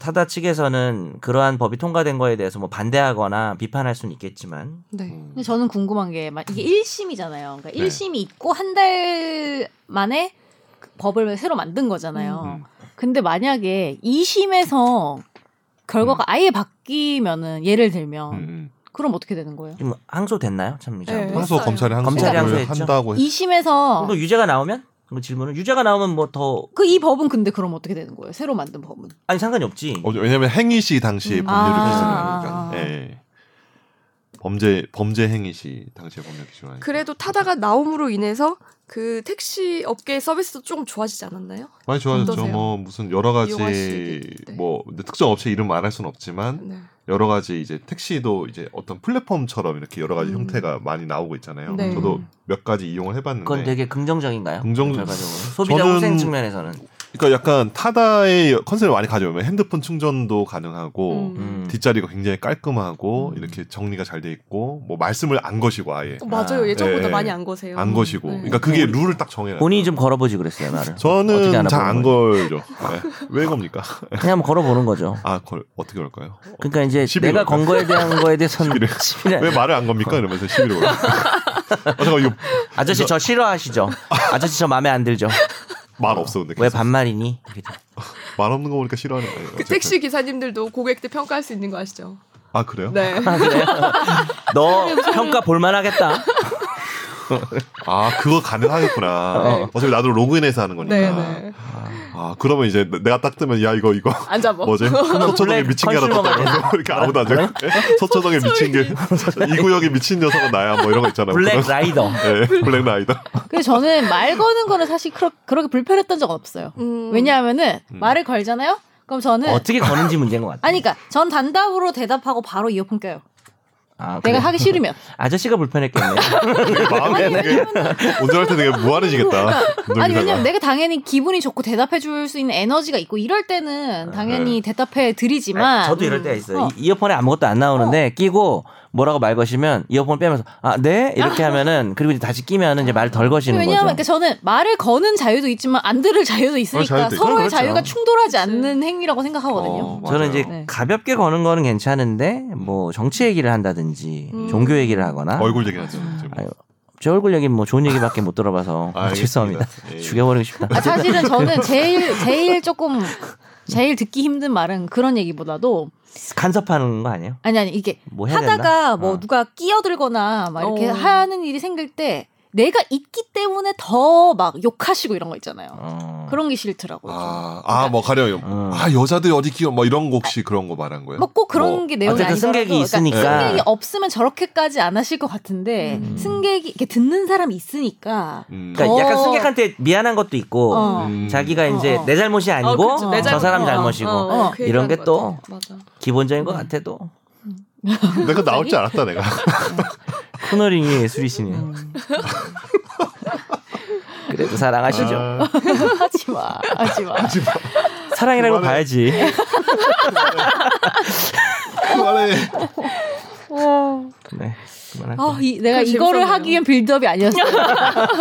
D: 타다 측에서는 그러한 법이 통과된 거에 대해서 뭐 반대하거나 비판할 수는 있겠지만
A: 네.
C: 음.
B: 근데 저는 궁금한 게 막 이게 1심이잖아요. 그러니까
C: 네.
B: 1심이 있고 한 달 만에 그 법을 새로 만든 거잖아요.
C: 음.
B: 근데 만약에 2심에서 결과가 아예 바뀌면은 예를 들면
C: 음, 음.
B: 그럼 어떻게 되는 거예요?
D: 지금 항소됐나요? 참 이제.
A: 네.
C: 항소
A: 했어요.
C: 검찰이
D: 검찰이
C: 항소를
D: 항소했죠.
C: 한다고 했
B: 2심에서
D: 그리고 유죄가 나오면 그 질문은 유죄가 나오면 뭐 더
B: 그 이 법은 근데 그럼 어떻게 되는 거예요? 새로 만든 법은?
D: 아니 상관이 없지.
C: 어, 왜냐하면 행위 시 당시의
B: 음.
C: 법률을
B: 아,
C: 기준하니까
B: 아, 아.
C: 예. 범죄 범죄 행위 시 당시의 법률 기준하니까
A: 그래도 타다가 나옴으로 인해서 그 택시 업계의 서비스도 조금 좋아지지 않았나요?
C: 많이 좋아졌죠.
A: 어떠세요?
C: 뭐 무슨 여러 가지
A: 이용하시기, 네.
C: 뭐 근데 특정 업체 이름 말할 수는 없지만
A: 네.
C: 여러 가지 이제 택시도 이제 어떤 플랫폼처럼 이렇게 여러 가지
A: 음.
C: 형태가 많이 나오고 있잖아요.
A: 네.
C: 저도 몇 가지 이용을
D: 그건
C: 해봤는데
D: 되게 긍정적인가요?
C: 네. 긍정-
D: 결과적으로 소비자
C: 저는-
D: 후생 측면에서는
C: 그러니까 약간 타다의 컨셉을 많이 가져오면 핸드폰 충전도 가능하고
A: 음.
D: 음.
C: 뒷자리가 굉장히 깔끔하고
A: 음.
C: 이렇게 정리가 잘 돼 있고 뭐 말씀을 안 거시고 아예
A: 어, 맞아요.
D: 아.
A: 예전보다
C: 네.
A: 많이 안 거세요.
C: 안 거시고
A: 네.
C: 그러니까 그게 룰을 딱 정해놔.
D: 본인이 좀 걸어보지 그랬어요 나를. 어떻게
C: 저는
D: 알아보는
C: 잘 안
D: 거예요?
C: 걸죠. 네. 왜 겁니까?
D: 그냥 한번 걸어보는 거죠.
C: 아, 걸 어떻게 걸까요?
D: 그러니까 이제
C: 11월.
D: 내가 건 거에 대한 거에 대해서는
C: 시비를.
D: 네.
C: 왜 말을 안 겁니까? 이러면서 시비를 걸어. 아, 잠깐 이거
D: 아저씨 저 싫어하시죠? 아저씨 저 마음에 안 들죠?
C: 말 없어 근데.
D: 왜 반말이니? 이렇게.
C: 말 없는 거 보니까 싫어하는 거예요.
A: 그 택시 기사님들도 고객들 평가할 수 있는 거 아시죠?
C: 아 그래요?
A: 네.
D: 너 평가 볼만하겠다.
C: 아 그거 가능하겠구나.
A: 네.
C: 어차피 나도 로그인해서 하는 거니까.
A: 네, 네.
C: 아 그러면 이제 내가 딱 뜨면 야 이거 이거
A: 안 잡아. 어,
C: 뭐지? 서초동에
D: 블랙
C: 미친 게 하나
D: 컨실러가
C: 떴다고 이렇게 아무도 안 잡고 서초동에 미친 게 이 구역에 미친 녀석은 나야 뭐 이런 거 있잖아요.
D: 블랙
C: 그런-
D: 라이더.
C: 예, 블랙 라이더.
B: 근데 저는 말 거는 거는 사실 그렇, 그렇게 불편했던 적 없어요.
A: 음.
B: 왜냐하면은
C: 음.
B: 말을 걸잖아요? 그럼 저는
D: 어떻게 거는지 문제인 것 같아.
B: 아니 그러니까 전 단답으로 대답하고 바로 이어폰 껴요.
D: 아, 그래.
B: 내가 하기 싫으면.
D: 아저씨가 불편했겠네.
C: 마음이 되게 운전할 때 되게 무한해지겠다.
B: 아니
C: 운전기사가.
B: 왜냐면 내가 당연히 기분이 좋고 대답해 줄 수 있는 에너지가 있고 이럴 때는 당연히 대답해 드리지만
D: 아, 저도 이럴
A: 음.
D: 때가 있어요.
B: 어.
D: 이- 이어폰에 아무것도 안 나오는데 끼고 뭐라고 말 거시면 이어폰 빼면서 아, 네? 이렇게 하면은 그리고 이제 다시 끼면은 이제 말 덜 거시는 거죠.
B: 왜냐하면 그러니까 저는 말을 거는 자유도 있지만 안 들을 자유도 있으니까
C: 자유도 있고.
B: 서로의
D: 그렇죠.
B: 자유가 충돌하지 않는 행위라고 생각하거든요.
C: 어, 맞아요.
D: 저는 이제
B: 네.
D: 가볍게 거는 거는 괜찮은데 뭐 정치 얘기를 한다든지
A: 음.
D: 종교 얘기를 하거나
C: 얼굴 얘기는 안
B: 음.
C: 했어요, 지금.
D: 아유, 제 얼굴 얘기 뭐 좋은 얘기밖에 못 들어봐서 아,
C: 알겠습니다.
D: 죄송합니다.
C: 예.
D: 죽여버리고 싶다.
B: 아, 사실은 저는 제일 제일 조금 제일 듣기 힘든 말은 그런 얘기보다도
D: 간섭하는 거 아니에요?
B: 아니 아니 이게
D: 뭐 해야 된다?
B: 하다가 뭐
D: 어.
B: 누가 끼어들거나 막 이렇게
A: 어.
B: 하는 일이 생길 때 내가 있기 때문에 더 막 욕하시고 이런 거 있잖아요.
D: 어.
B: 그런 게 싫더라고요.
C: 아, 아, 뭐 가려.
D: 음.
C: 아, 여자들 어디 끼워. 뭐 이런 거 혹시 그런 거 말한 거예요?
B: 뭐 꼭 그런
C: 뭐,
B: 게 내용이
D: 어쨌든
B: 아니더라도
D: 승객이
B: 그러니까
D: 있으니까.
B: 승객이 없으면 저렇게까지 안 하실 것 같은데
A: 음.
B: 승객이 이렇게 듣는 사람이 있으니까
C: 음.
D: 그러니까
B: 어.
D: 약간 승객한테 미안한 것도 있고
B: 어.
C: 음.
D: 자기가 이제
B: 어, 어.
D: 내 잘못이
A: 어,
D: 아니고
A: 그렇죠. 내
B: 어, 네.
D: 저
A: 잘못.
D: 사람
A: 어,
D: 잘못이고
A: 어, 어, 그
D: 이런
A: 얘기하는
D: 게
A: 것
D: 또
A: 같아요. 맞아.
D: 기본적인 것 같아도
C: 내가 어, 나올 줄 알았다 내가.
D: 코너링이
B: 음.
D: 예술이시네요. 그래도 사랑하시죠.
C: 아,
B: 하지 마, 하지 마.
D: 사랑이라고
C: 그만해.
D: 봐야지.
C: 그만해.
D: 네. 그만할게요.
B: 아, 이, 내가
A: 그거
B: 이거를
A: 재밌었네요.
B: 하기 위한 빌드업이 아니었어.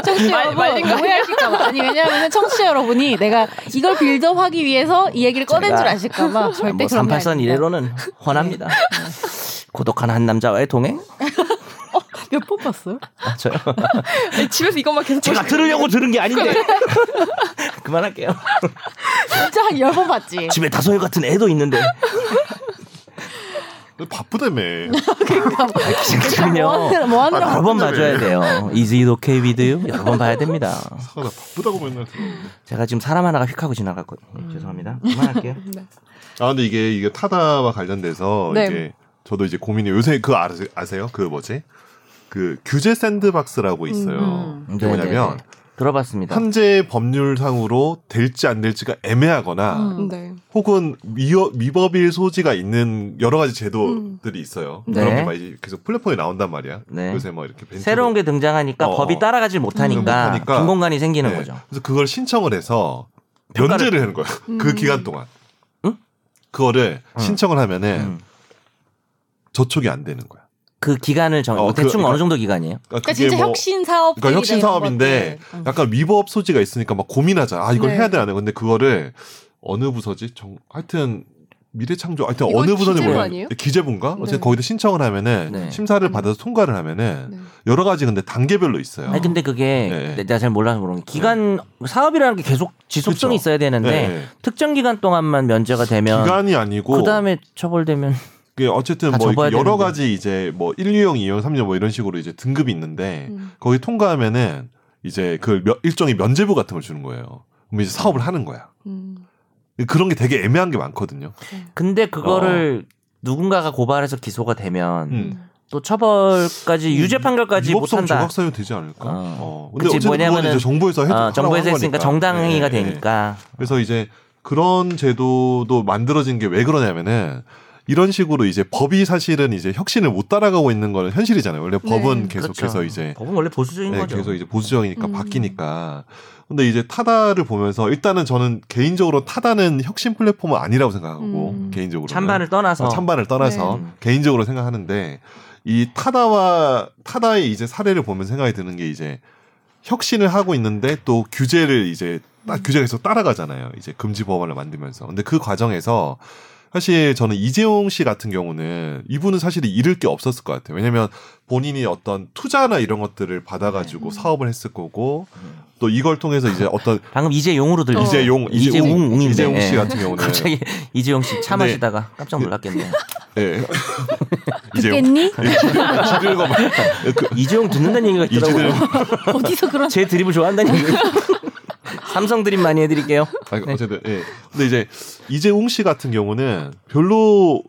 B: 청취 자 여러분 오해하실까봐. 아니 왜냐하면 청취 자 여러분이 내가 이걸 빌드업하기 위해서 이 얘기를 꺼낸
D: 제가
B: 줄 아실까봐 절대
D: 뭐
B: 그런 게
D: 38선
B: 아닙니다.
D: 이래로는 훤합니다. 네. 고독한 한 남자와의 동행?
B: 몇번 봤어요?
D: 아, 저요?
A: 아니, 집에서 이것만 계속
D: 제가
A: 보시고
D: 들으려고 들은 게 아닌데. 그만할게요.
B: 진짜 한 열 번 봤지.
D: 집에 다소이 같은 애도 있는데.
C: 바쁘다며.
D: 지금요.
B: 뭐 하는 뭐 하는
C: 아,
D: 여러 번 봐줘야 돼요. Is it okay with you? 여러 번 봐야 됩니다.
C: 사과 나 바쁘다고 맨날. 들어.
D: 제가 지금 사람 하나가 휙하고 지나갔거든요. 네,
B: 음.
D: 죄송합니다. 그만할게요.
A: 네.
C: 아 근데 이게 이게 타다와 관련돼서
A: 네.
C: 이게 저도 이제 고민이 요새 그거 아세- 아세요? 그 뭐지? 그 규제 샌드박스라고 있어요.
D: 음.
C: 그게
D: 네,
C: 뭐냐면
D: 네, 들어봤습니다.
C: 현재 그러니까. 법률상으로 될지 안 될지가 애매하거나
B: 음.
A: 네.
C: 혹은 미어, 미법일 소지가 있는 여러 가지 제도들이 있어요.
D: 네.
C: 그런 게막 이제 계속 플랫폼이 나온단 말이야.
D: 네.
C: 요새 뭐 이렇게 벤처
D: 새로운 게 등장하니까
C: 어. 음,
D: 법이 따라가질 못하니까
C: 못하니까.
D: 빈 공간이 생기는
C: 네.
D: 거죠.
C: 그래서 그걸 신청을 해서
D: 평가를-
C: 면제를 하는 거야. 그
A: 음.
C: 기간 동안.
D: 응?
C: 그거를
D: 응.
C: 신청을 하면은
D: 음.
C: 저촉이 안 되는 거야.
D: 그 기간을 정
C: 어, 그-
D: 대충
C: 그러니까-
D: 어느 정도 기간이에요?
B: 그러니까 진짜 혁신 사업.
C: 뭐 그러니까 혁신 사업인데 약간 위법 소지가 있으니까 막 고민하자. 아 이걸
A: 네.
C: 해야 되나? 근데 그거를 어느 부서지? 정 하여튼 미래창조 하여튼
A: 이건
C: 어느 부서지
A: 기재부
C: 모르겠-
A: 아니에요?
C: 기재부인가?
A: 네. 음.
C: 어쨌든 거기다 신청을 하면은
D: 네.
C: 심사를 받아서 통과를 하면은
A: 네.
C: 여러 가지 근데 단계별로 있어요.
D: 아니 근데 그게
C: 네.
D: 내가 잘 몰라서 그런 게 기간 사업이라는 게 계속 지속성이
C: 그쵸.
D: 있어야 되는데
C: 네.
D: 특정 기간 동안만 면제가 되면
C: 기간이 아니고
D: 그 다음에 처벌되면
C: 그 어쨌든
D: 다
C: 뭐 이렇게
D: 접어야
C: 여러
D: 되는데.
C: 가지 이제 뭐 1유형, 2유형, 3유형 뭐 이런 식으로 이제 등급이 있는데
A: 음.
C: 거기 통과하면은 이제 그 몇- 일종의 면제부 같은 걸 주는 거예요. 그럼 이제 사업을 하는 거야.
A: 음.
C: 그런 게 되게 애매한 게 많거든요.
D: 근데 그거를 누군가가 고발해서 기소가 되면
C: 어. 음.
D: 또 처벌까지 유죄 판결까지 못
C: 위법성
D: 한다.
C: 조각사유 되지 않을까?
D: 어.
C: 어. 근데
D: 그치,
C: 어쨌든 뭐냐면
D: 뭐냐면은,
C: 이제 정부에서 해도
D: 어,
C: 하라고
D: 정부에서
C: 한
D: 했으니까
C: 거니까.
D: 정당행위가
C: 예, 예.
D: 되니까.
C: 그래서 이제 그런 제도도 만들어진 게 왜 그러냐면은 이런 식으로 이제 법이 사실은 이제 혁신을 못 따라가고 있는 거는 현실이잖아요. 원래
A: 네.
C: 법은
D: 그렇죠.
C: 계속해서 이제
D: 법은 원래 보수적인
C: 네,
D: 거죠.
C: 계속 이제 보수적이니까
A: 음.
C: 바뀌니까. 근데 이제 타다를 보면서 일단은 저는 개인적으로 타다는 혁신 플랫폼은 아니라고 생각하고
A: 음.
C: 개인적으로 아,
D: 찬반을 떠나서
C: 찬반을 떠나서
D: 네.
C: 개인적으로 생각하는데 이 타다와 타다의 이제 사례를 보면 생각이 드는 게 이제 혁신을 하고 있는데 또 규제를 이제 딱 규제가 계속 따라가잖아요. 이제 금지 법안을 만들면서. 근데 그 과정에서 사실 저는 이재용 씨 같은 경우는 이분은 사실 잃을 게 없었을 것 같아요. 왜냐면 본인이 어떤 투자나 이런 것들을 받아가지고 사업을 했을 거고 또 이걸 통해서 이제 어떤
D: 방금 이재용으로 들렸어.
C: 이재용,
D: 이재웅, 웅인데. 네.
C: 이재용 씨 같은 경우는
D: 갑자기 이재용 씨 차
C: 네.
D: 마시다가 깜짝 놀랐겠네요.
C: 예. 이재용
B: 듣겠니?
C: 지들거 말. 그,
D: 이재용 듣는다는 얘기가
C: 이재용.
D: 있더라고요.
B: 어디서 그런
D: 제 드립을 좋아한다는 얘기. 삼성 드립 많이 해드릴게요.
C: 아니, 어쨌든 예. 근데 이제 이재용 씨 같은 경우는 별로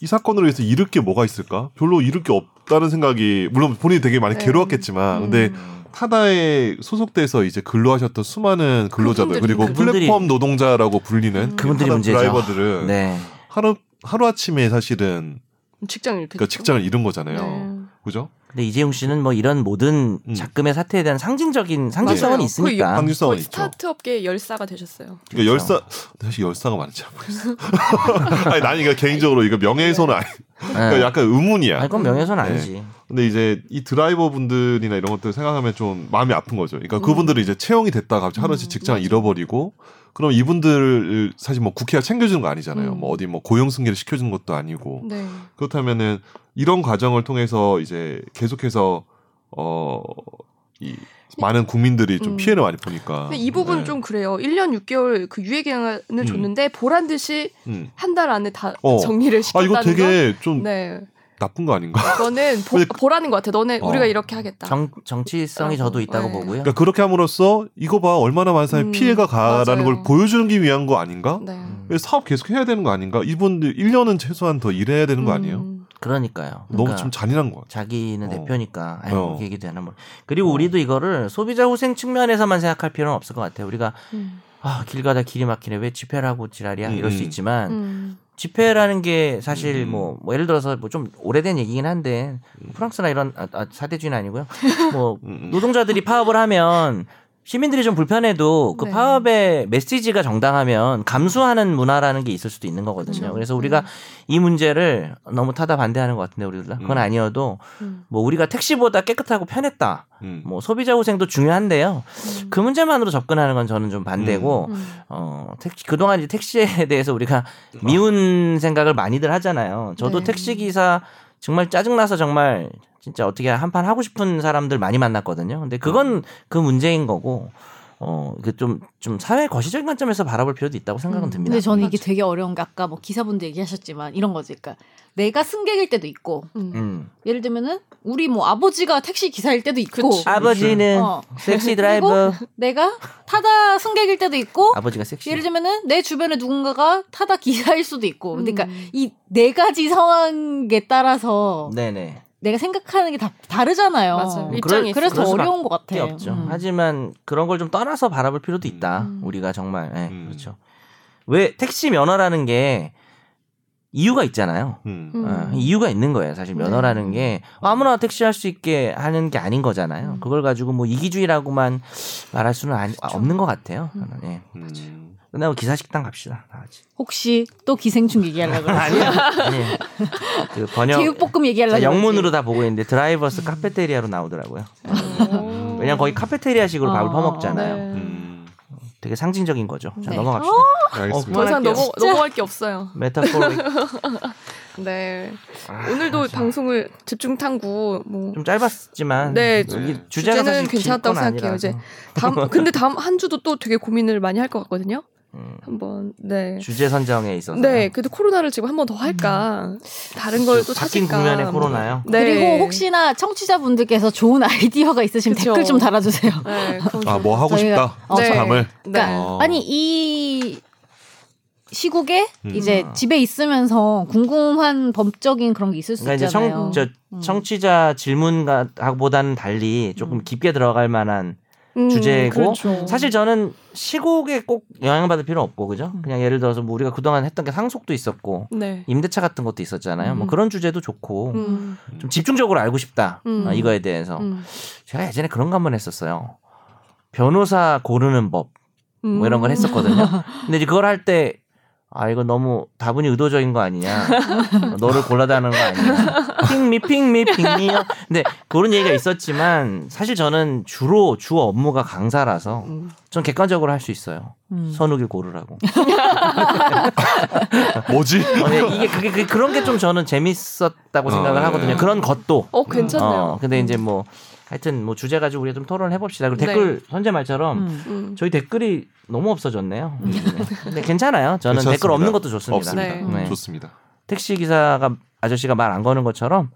C: 이 사건으로 해서 잃을 게 뭐가 있을까? 별로 잃을 게 없다는 생각이 물론 본인이 되게 많이
A: 네.
D: 음.
C: 괴로웠겠지만 근데 타다에 소속돼서 이제 근로하셨던 수많은 근로자들
A: 그분들이-
C: 그리고
D: 그분들이- 음.
C: 플랫폼 노동자라고 불리는
D: 그분들이
C: 타다
D: 문제죠.
C: 드라이버들은
D: 네.
C: 하루 하루 아침에 사실은
A: 직장 잃겠죠.
C: 그 직장을 잃은
A: 네.
D: 네.
C: 거잖아요. 그죠?
D: 근데 이재용 씨는 뭐 이런 모든
C: 음.
D: 작금의 사태에 대한 상징적인 상징성은
A: 맞아요.
D: 있으니까. 그렇죠.
A: 거의
C: 방지성은
A: 거의
C: 있죠.
A: 스타트업계 열사가 되셨어요.
C: 그러니까 열사 사실 열사가 많지 않고 있어. 아니 난 이거 개인적으로 이거 명예훼손은 아니. 그러니까
D: 네.
C: 약간 의문이야.
D: 아니, 그건 명예훼손
C: 네.
D: 아니지.
C: 근데 이제 이 드라이버 분들이나 이런 것들 생각하면 좀 마음이 아픈 거죠. 그러니까 그분들은 이제 채용이 됐다가 갑자기
A: 음,
C: 하루씩 직장을 잃어버리고 그럼 이분들을 사실 뭐 국회가 챙겨주는 거 아니잖아요.
A: 음.
C: 뭐 어디 뭐 고용 승계를 시켜주는 것도 아니고
A: 네.
C: 그렇다면은 이런 과정을 통해서 이제 계속해서 어, 어이 많은 국민들이 좀
A: 네. 음.
C: 피해를 많이 보니까.
A: 근데 이 부분
C: 네.
A: 좀 그래요. 1년 6개월 그 유예기간을
C: 음.
A: 줬는데 보란 듯이
C: 음.
A: 한 달 안에 다
C: 어.
A: 정리를
C: 아
A: 시켰다는
C: 이거 되게
A: 건?
C: 좀
A: 네.
C: 나쁜 거 아닌가?
A: 그거는 보,
C: 근데
A: 보라는 것 같아. 너네
C: 어.
A: 우리가 이렇게 하겠다.
D: 정, 정치성이 저도 있다고
A: 네.
D: 보고요.
C: 그러니까 그렇게 함으로써 이거 봐 얼마나 많은 사람이
A: 음,
C: 피해가
A: 맞아요.
C: 가라는 걸 보여주는 게 위한 거 아닌가?
A: 네.
D: 음,
C: 왜 사업 계속 해야 되는 거 아닌가? 이분들 1년은 최소한 더 일해야 되는 거 아니에요?
A: 음.
D: 그러니까요.
C: 너무
D: 그러니까
C: 좀 잔인한 거 같아요.
D: 자기는
C: 어.
D: 대표니까 아이
C: 어.
D: 뭐 얘기 되나 뭐. 그리고 우리도 이거를 소비자 후생 측면에서만 생각할 필요는 없을 것 같아요. 우리가
A: 음.
D: 아, 길 가다 길이 막히네. 왜 집회라고 지랄이야?
C: 음,
D: 이럴 수
C: 음.
D: 있지만
A: 음.
D: 집회라는 게 사실
C: 음.
D: 뭐, 뭐 예를 들어서 뭐 좀 오래된 얘기긴 한데 프랑스나 이런 아, 아, 사대주의는 아니고요. 뭐
C: 음, 음.
D: 노동자들이 파업을 하면 시민들이 좀 불편해도 그
A: 네.
D: 파업의 메시지가 정당하면 감수하는 문화라는 게 있을 수도 있는 거거든요.
A: 그죠.
D: 그래서 우리가
A: 네.
D: 이 문제를 너무 타다 반대하는 것 같은데 우리가 그건
C: 음.
D: 아니어도
A: 음.
D: 뭐 우리가 택시보다 깨끗하고 편했다.
C: 음.
D: 뭐 소비자 후생도 중요한데요.
A: 음.
D: 그 문제만으로 접근하는 건 저는 좀 반대고
A: 음.
D: 어, 택시, 그동안 이제 택시에 대해서 우리가 미운 생각을 많이들 하잖아요. 저도
A: 네.
D: 택시기사 정말 짜증나서 정말 진짜 어떻게 한판 하고 싶은 사람들 많이 만났거든요. 근데 그건 그 문제인 거고, 어, 그 좀, 좀 사회 거시적인 관점에서 바라볼 필요도 있다고 생각은
A: 음.
D: 듭니다.
B: 근데 저는 이게 되게 어려운 게 아까 뭐 기사분도 얘기하셨지만 이런 거지. 그러니까 내가 승객일 때도 있고
A: 음.
D: 음.
B: 예를 들면은 우리 뭐 아버지가 택시 기사일 때도 있고
A: 그치. 네.
D: 아버지는
B: 어.
D: 섹시 드라이버.
B: 내가 타다 승객일 때도 있고
D: 아버지가 섹시.
B: 예를 들면은 내 주변에 누군가가 타다 기사일 수도 있고 그러니까
A: 음.
B: 이 네 가지 상황에 따라서
D: 네네.
B: 내가 생각하는 게 다 다르잖아요.
A: 맞아요.
D: 음, 그럴-
A: 입장이 있어요.
B: 음, 그래서 더
D: 그럴
B: 어려운 것
D: 게
B: 같아요.
D: 없죠.
B: 음.
D: 하지만 그런 걸 좀 떠나서 바라볼 필요도 있다.
A: 음.
D: 우리가 정말 예,
C: 음.
D: 그렇죠. 왜 택시 면허라는 게 이유가 있잖아요.
C: 음.
A: 음.
D: 어, 이유가 있는 거예요. 사실 면허라는 게 아무나 택시 할 수 있게 하는 게 아닌 거잖아요.
A: 음.
D: 그걸 가지고 뭐 이기주의라고만 말할 수는 아니- 아, 없는 것 같아요.
A: 음.
D: 저는. 예.
C: 음.
D: 끝나고 기사 식당 갑시다. 다 같이.
B: 혹시 또 기생충 얘기하려고 그러지?
D: 아니요. 예. 그 번역
B: 제육볶음 얘기하려고
D: 자,
B: 그러지?
D: 영문으로 다 보고 있는데 드라이버스 카페테리아로 나오더라고요.
A: 어.
D: 왜냐면 거의 카페테리아식으로 밥을
B: 어,
D: 퍼먹잖아요.
A: 네.
C: 음.
D: 되게 상징적인 거죠. 자
B: 네.
D: 넘어갑시다.
C: 알겠습니다.
A: 더 이상
D: 그만할게요.
A: 넘어, 넘어갈 게 없어요.
D: 메타포릭
A: 네. 오늘도 방송을 집중 탐구 뭐
D: 좀 짧았지만
A: 네.
D: 여기
C: 네.
D: 주제가
A: 주제는
D: 사실 긴
A: 괜찮았다고
D: 건
A: 생각해요,
D: 아니라서.
A: 이제. 다음 근데 다음 한 주도 또 되게 고민을 많이 할 것 같거든요.
D: 음.
A: 한번 네.
D: 주제 선정에 있어서
A: 네, 그래도 코로나를 지금 한 번 더 할까? 다른 걸 또
D: 바뀐
A: 찾을까?
D: 국면의 코로나요.
A: 네.
B: 그리고 혹시나 청취자분들께나 좋은 아이디어가 있으시면
A: 그쵸.
B: 댓글 좀 달아주세요.
A: 네, 그건
C: 아,
A: 좀-
C: 뭐 하고
B: 저희가-
C: 싶다.
B: 어,
A: 네.
C: 잠을.
A: 네.
B: 그러니까
C: 어.
B: 아니 이 시국에
C: 음.
B: 이제 집에 있으면서 궁금한 법적인 그런 게 있을 수
D: 그러니까 이제
B: 있잖아요.
D: 청, 저,
B: 음.
D: 청취자 질문하고보다는 달리 조금
B: 음.
D: 깊게 들어갈 만한
A: 음,
D: 주제고
A: 그렇죠.
D: 사실 저는 시국에 꼭 영향받을 필요 없고 그죠?
B: 음.
D: 그냥 예를 들어서 뭐 우리가 그동안 했던 게 상속도 있었고
A: 네.
D: 임대차 같은 것도 있었잖아요.
B: 음.
D: 뭐 그런 주제도 좋고
A: 음.
D: 좀 집중적으로 알고 싶다
A: 음.
D: 아, 이거에 대해서
A: 음.
D: 제가 예전에 그런 거 한번 했었어요. 변호사 고르는 법 뭐
A: 음.
D: 이런 걸 했었거든요. 근데 이제 그걸 할 때 아, 이거 너무 다분히 의도적인 거 아니냐. 너를 골라다는 거 아니냐. 핑미, 핑미, 핑미요. 근데 그런 얘기가 있었지만 사실 저는 주로 주 업무가 강사라서
A: 음.
D: 전 객관적으로 할 수 있어요.
B: 음.
D: 선욱이 고르라고.
C: 뭐지?
D: 어, 네, 이게 그게, 그게 그런 게 좀 저는 재밌었다고 생각을
C: 어,
D: 하거든요.
C: 네.
D: 그런 것도.
A: 어, 괜찮네요. 음.
D: 어, 근데 이제 뭐 하여튼 뭐 주제 가지고 우리가 좀 토론해 봅시다. 그리고
A: 네.
D: 댓글 현재 말처럼
B: 음.
A: 음.
D: 저희 댓글이 너무 없어졌네요. 요즘에. 근데 괜찮아요. 저는
C: 괜찮습니다.
D: 댓글 없는 것도 좋습니다.
C: 없습니다. 음,
A: 네.
D: 네.
C: 좋습니다.
D: 택시 기사가 아저씨가 말 안 거는 것처럼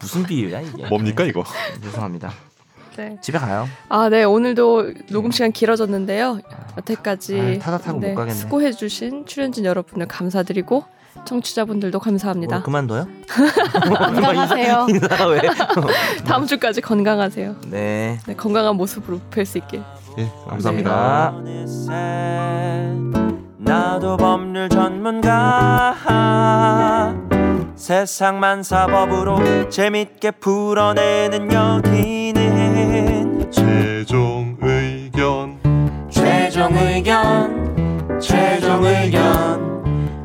D: 무슨 비유야 이게?
C: 뭡니까 이거?
D: 네, 죄송합니다.
A: 네.
D: 집에 가요.
A: 아, 네. 오늘도 녹음 시간 길어졌는데요. 여태까지
D: 아, 타다 타고 못 가겠네.
A: 수고해주신 출연진 여러분들 감사드리고 청취자분들도 감사합니다.
D: 오늘 그만둬요?
B: 건강하세요.
D: 인사가 왜?
A: 다음 주까지 건강하세요.
D: 네.
A: 네, 건강한 모습으로 뵐 수 있길.
C: 예, 감사합니다.
A: 감사합니다.
E: 어느새 나도 법률 전문가 세상만 사법으로 재밌게 풀어내는 여기는
C: 최종 의견.
E: 최종 의견 최종 의견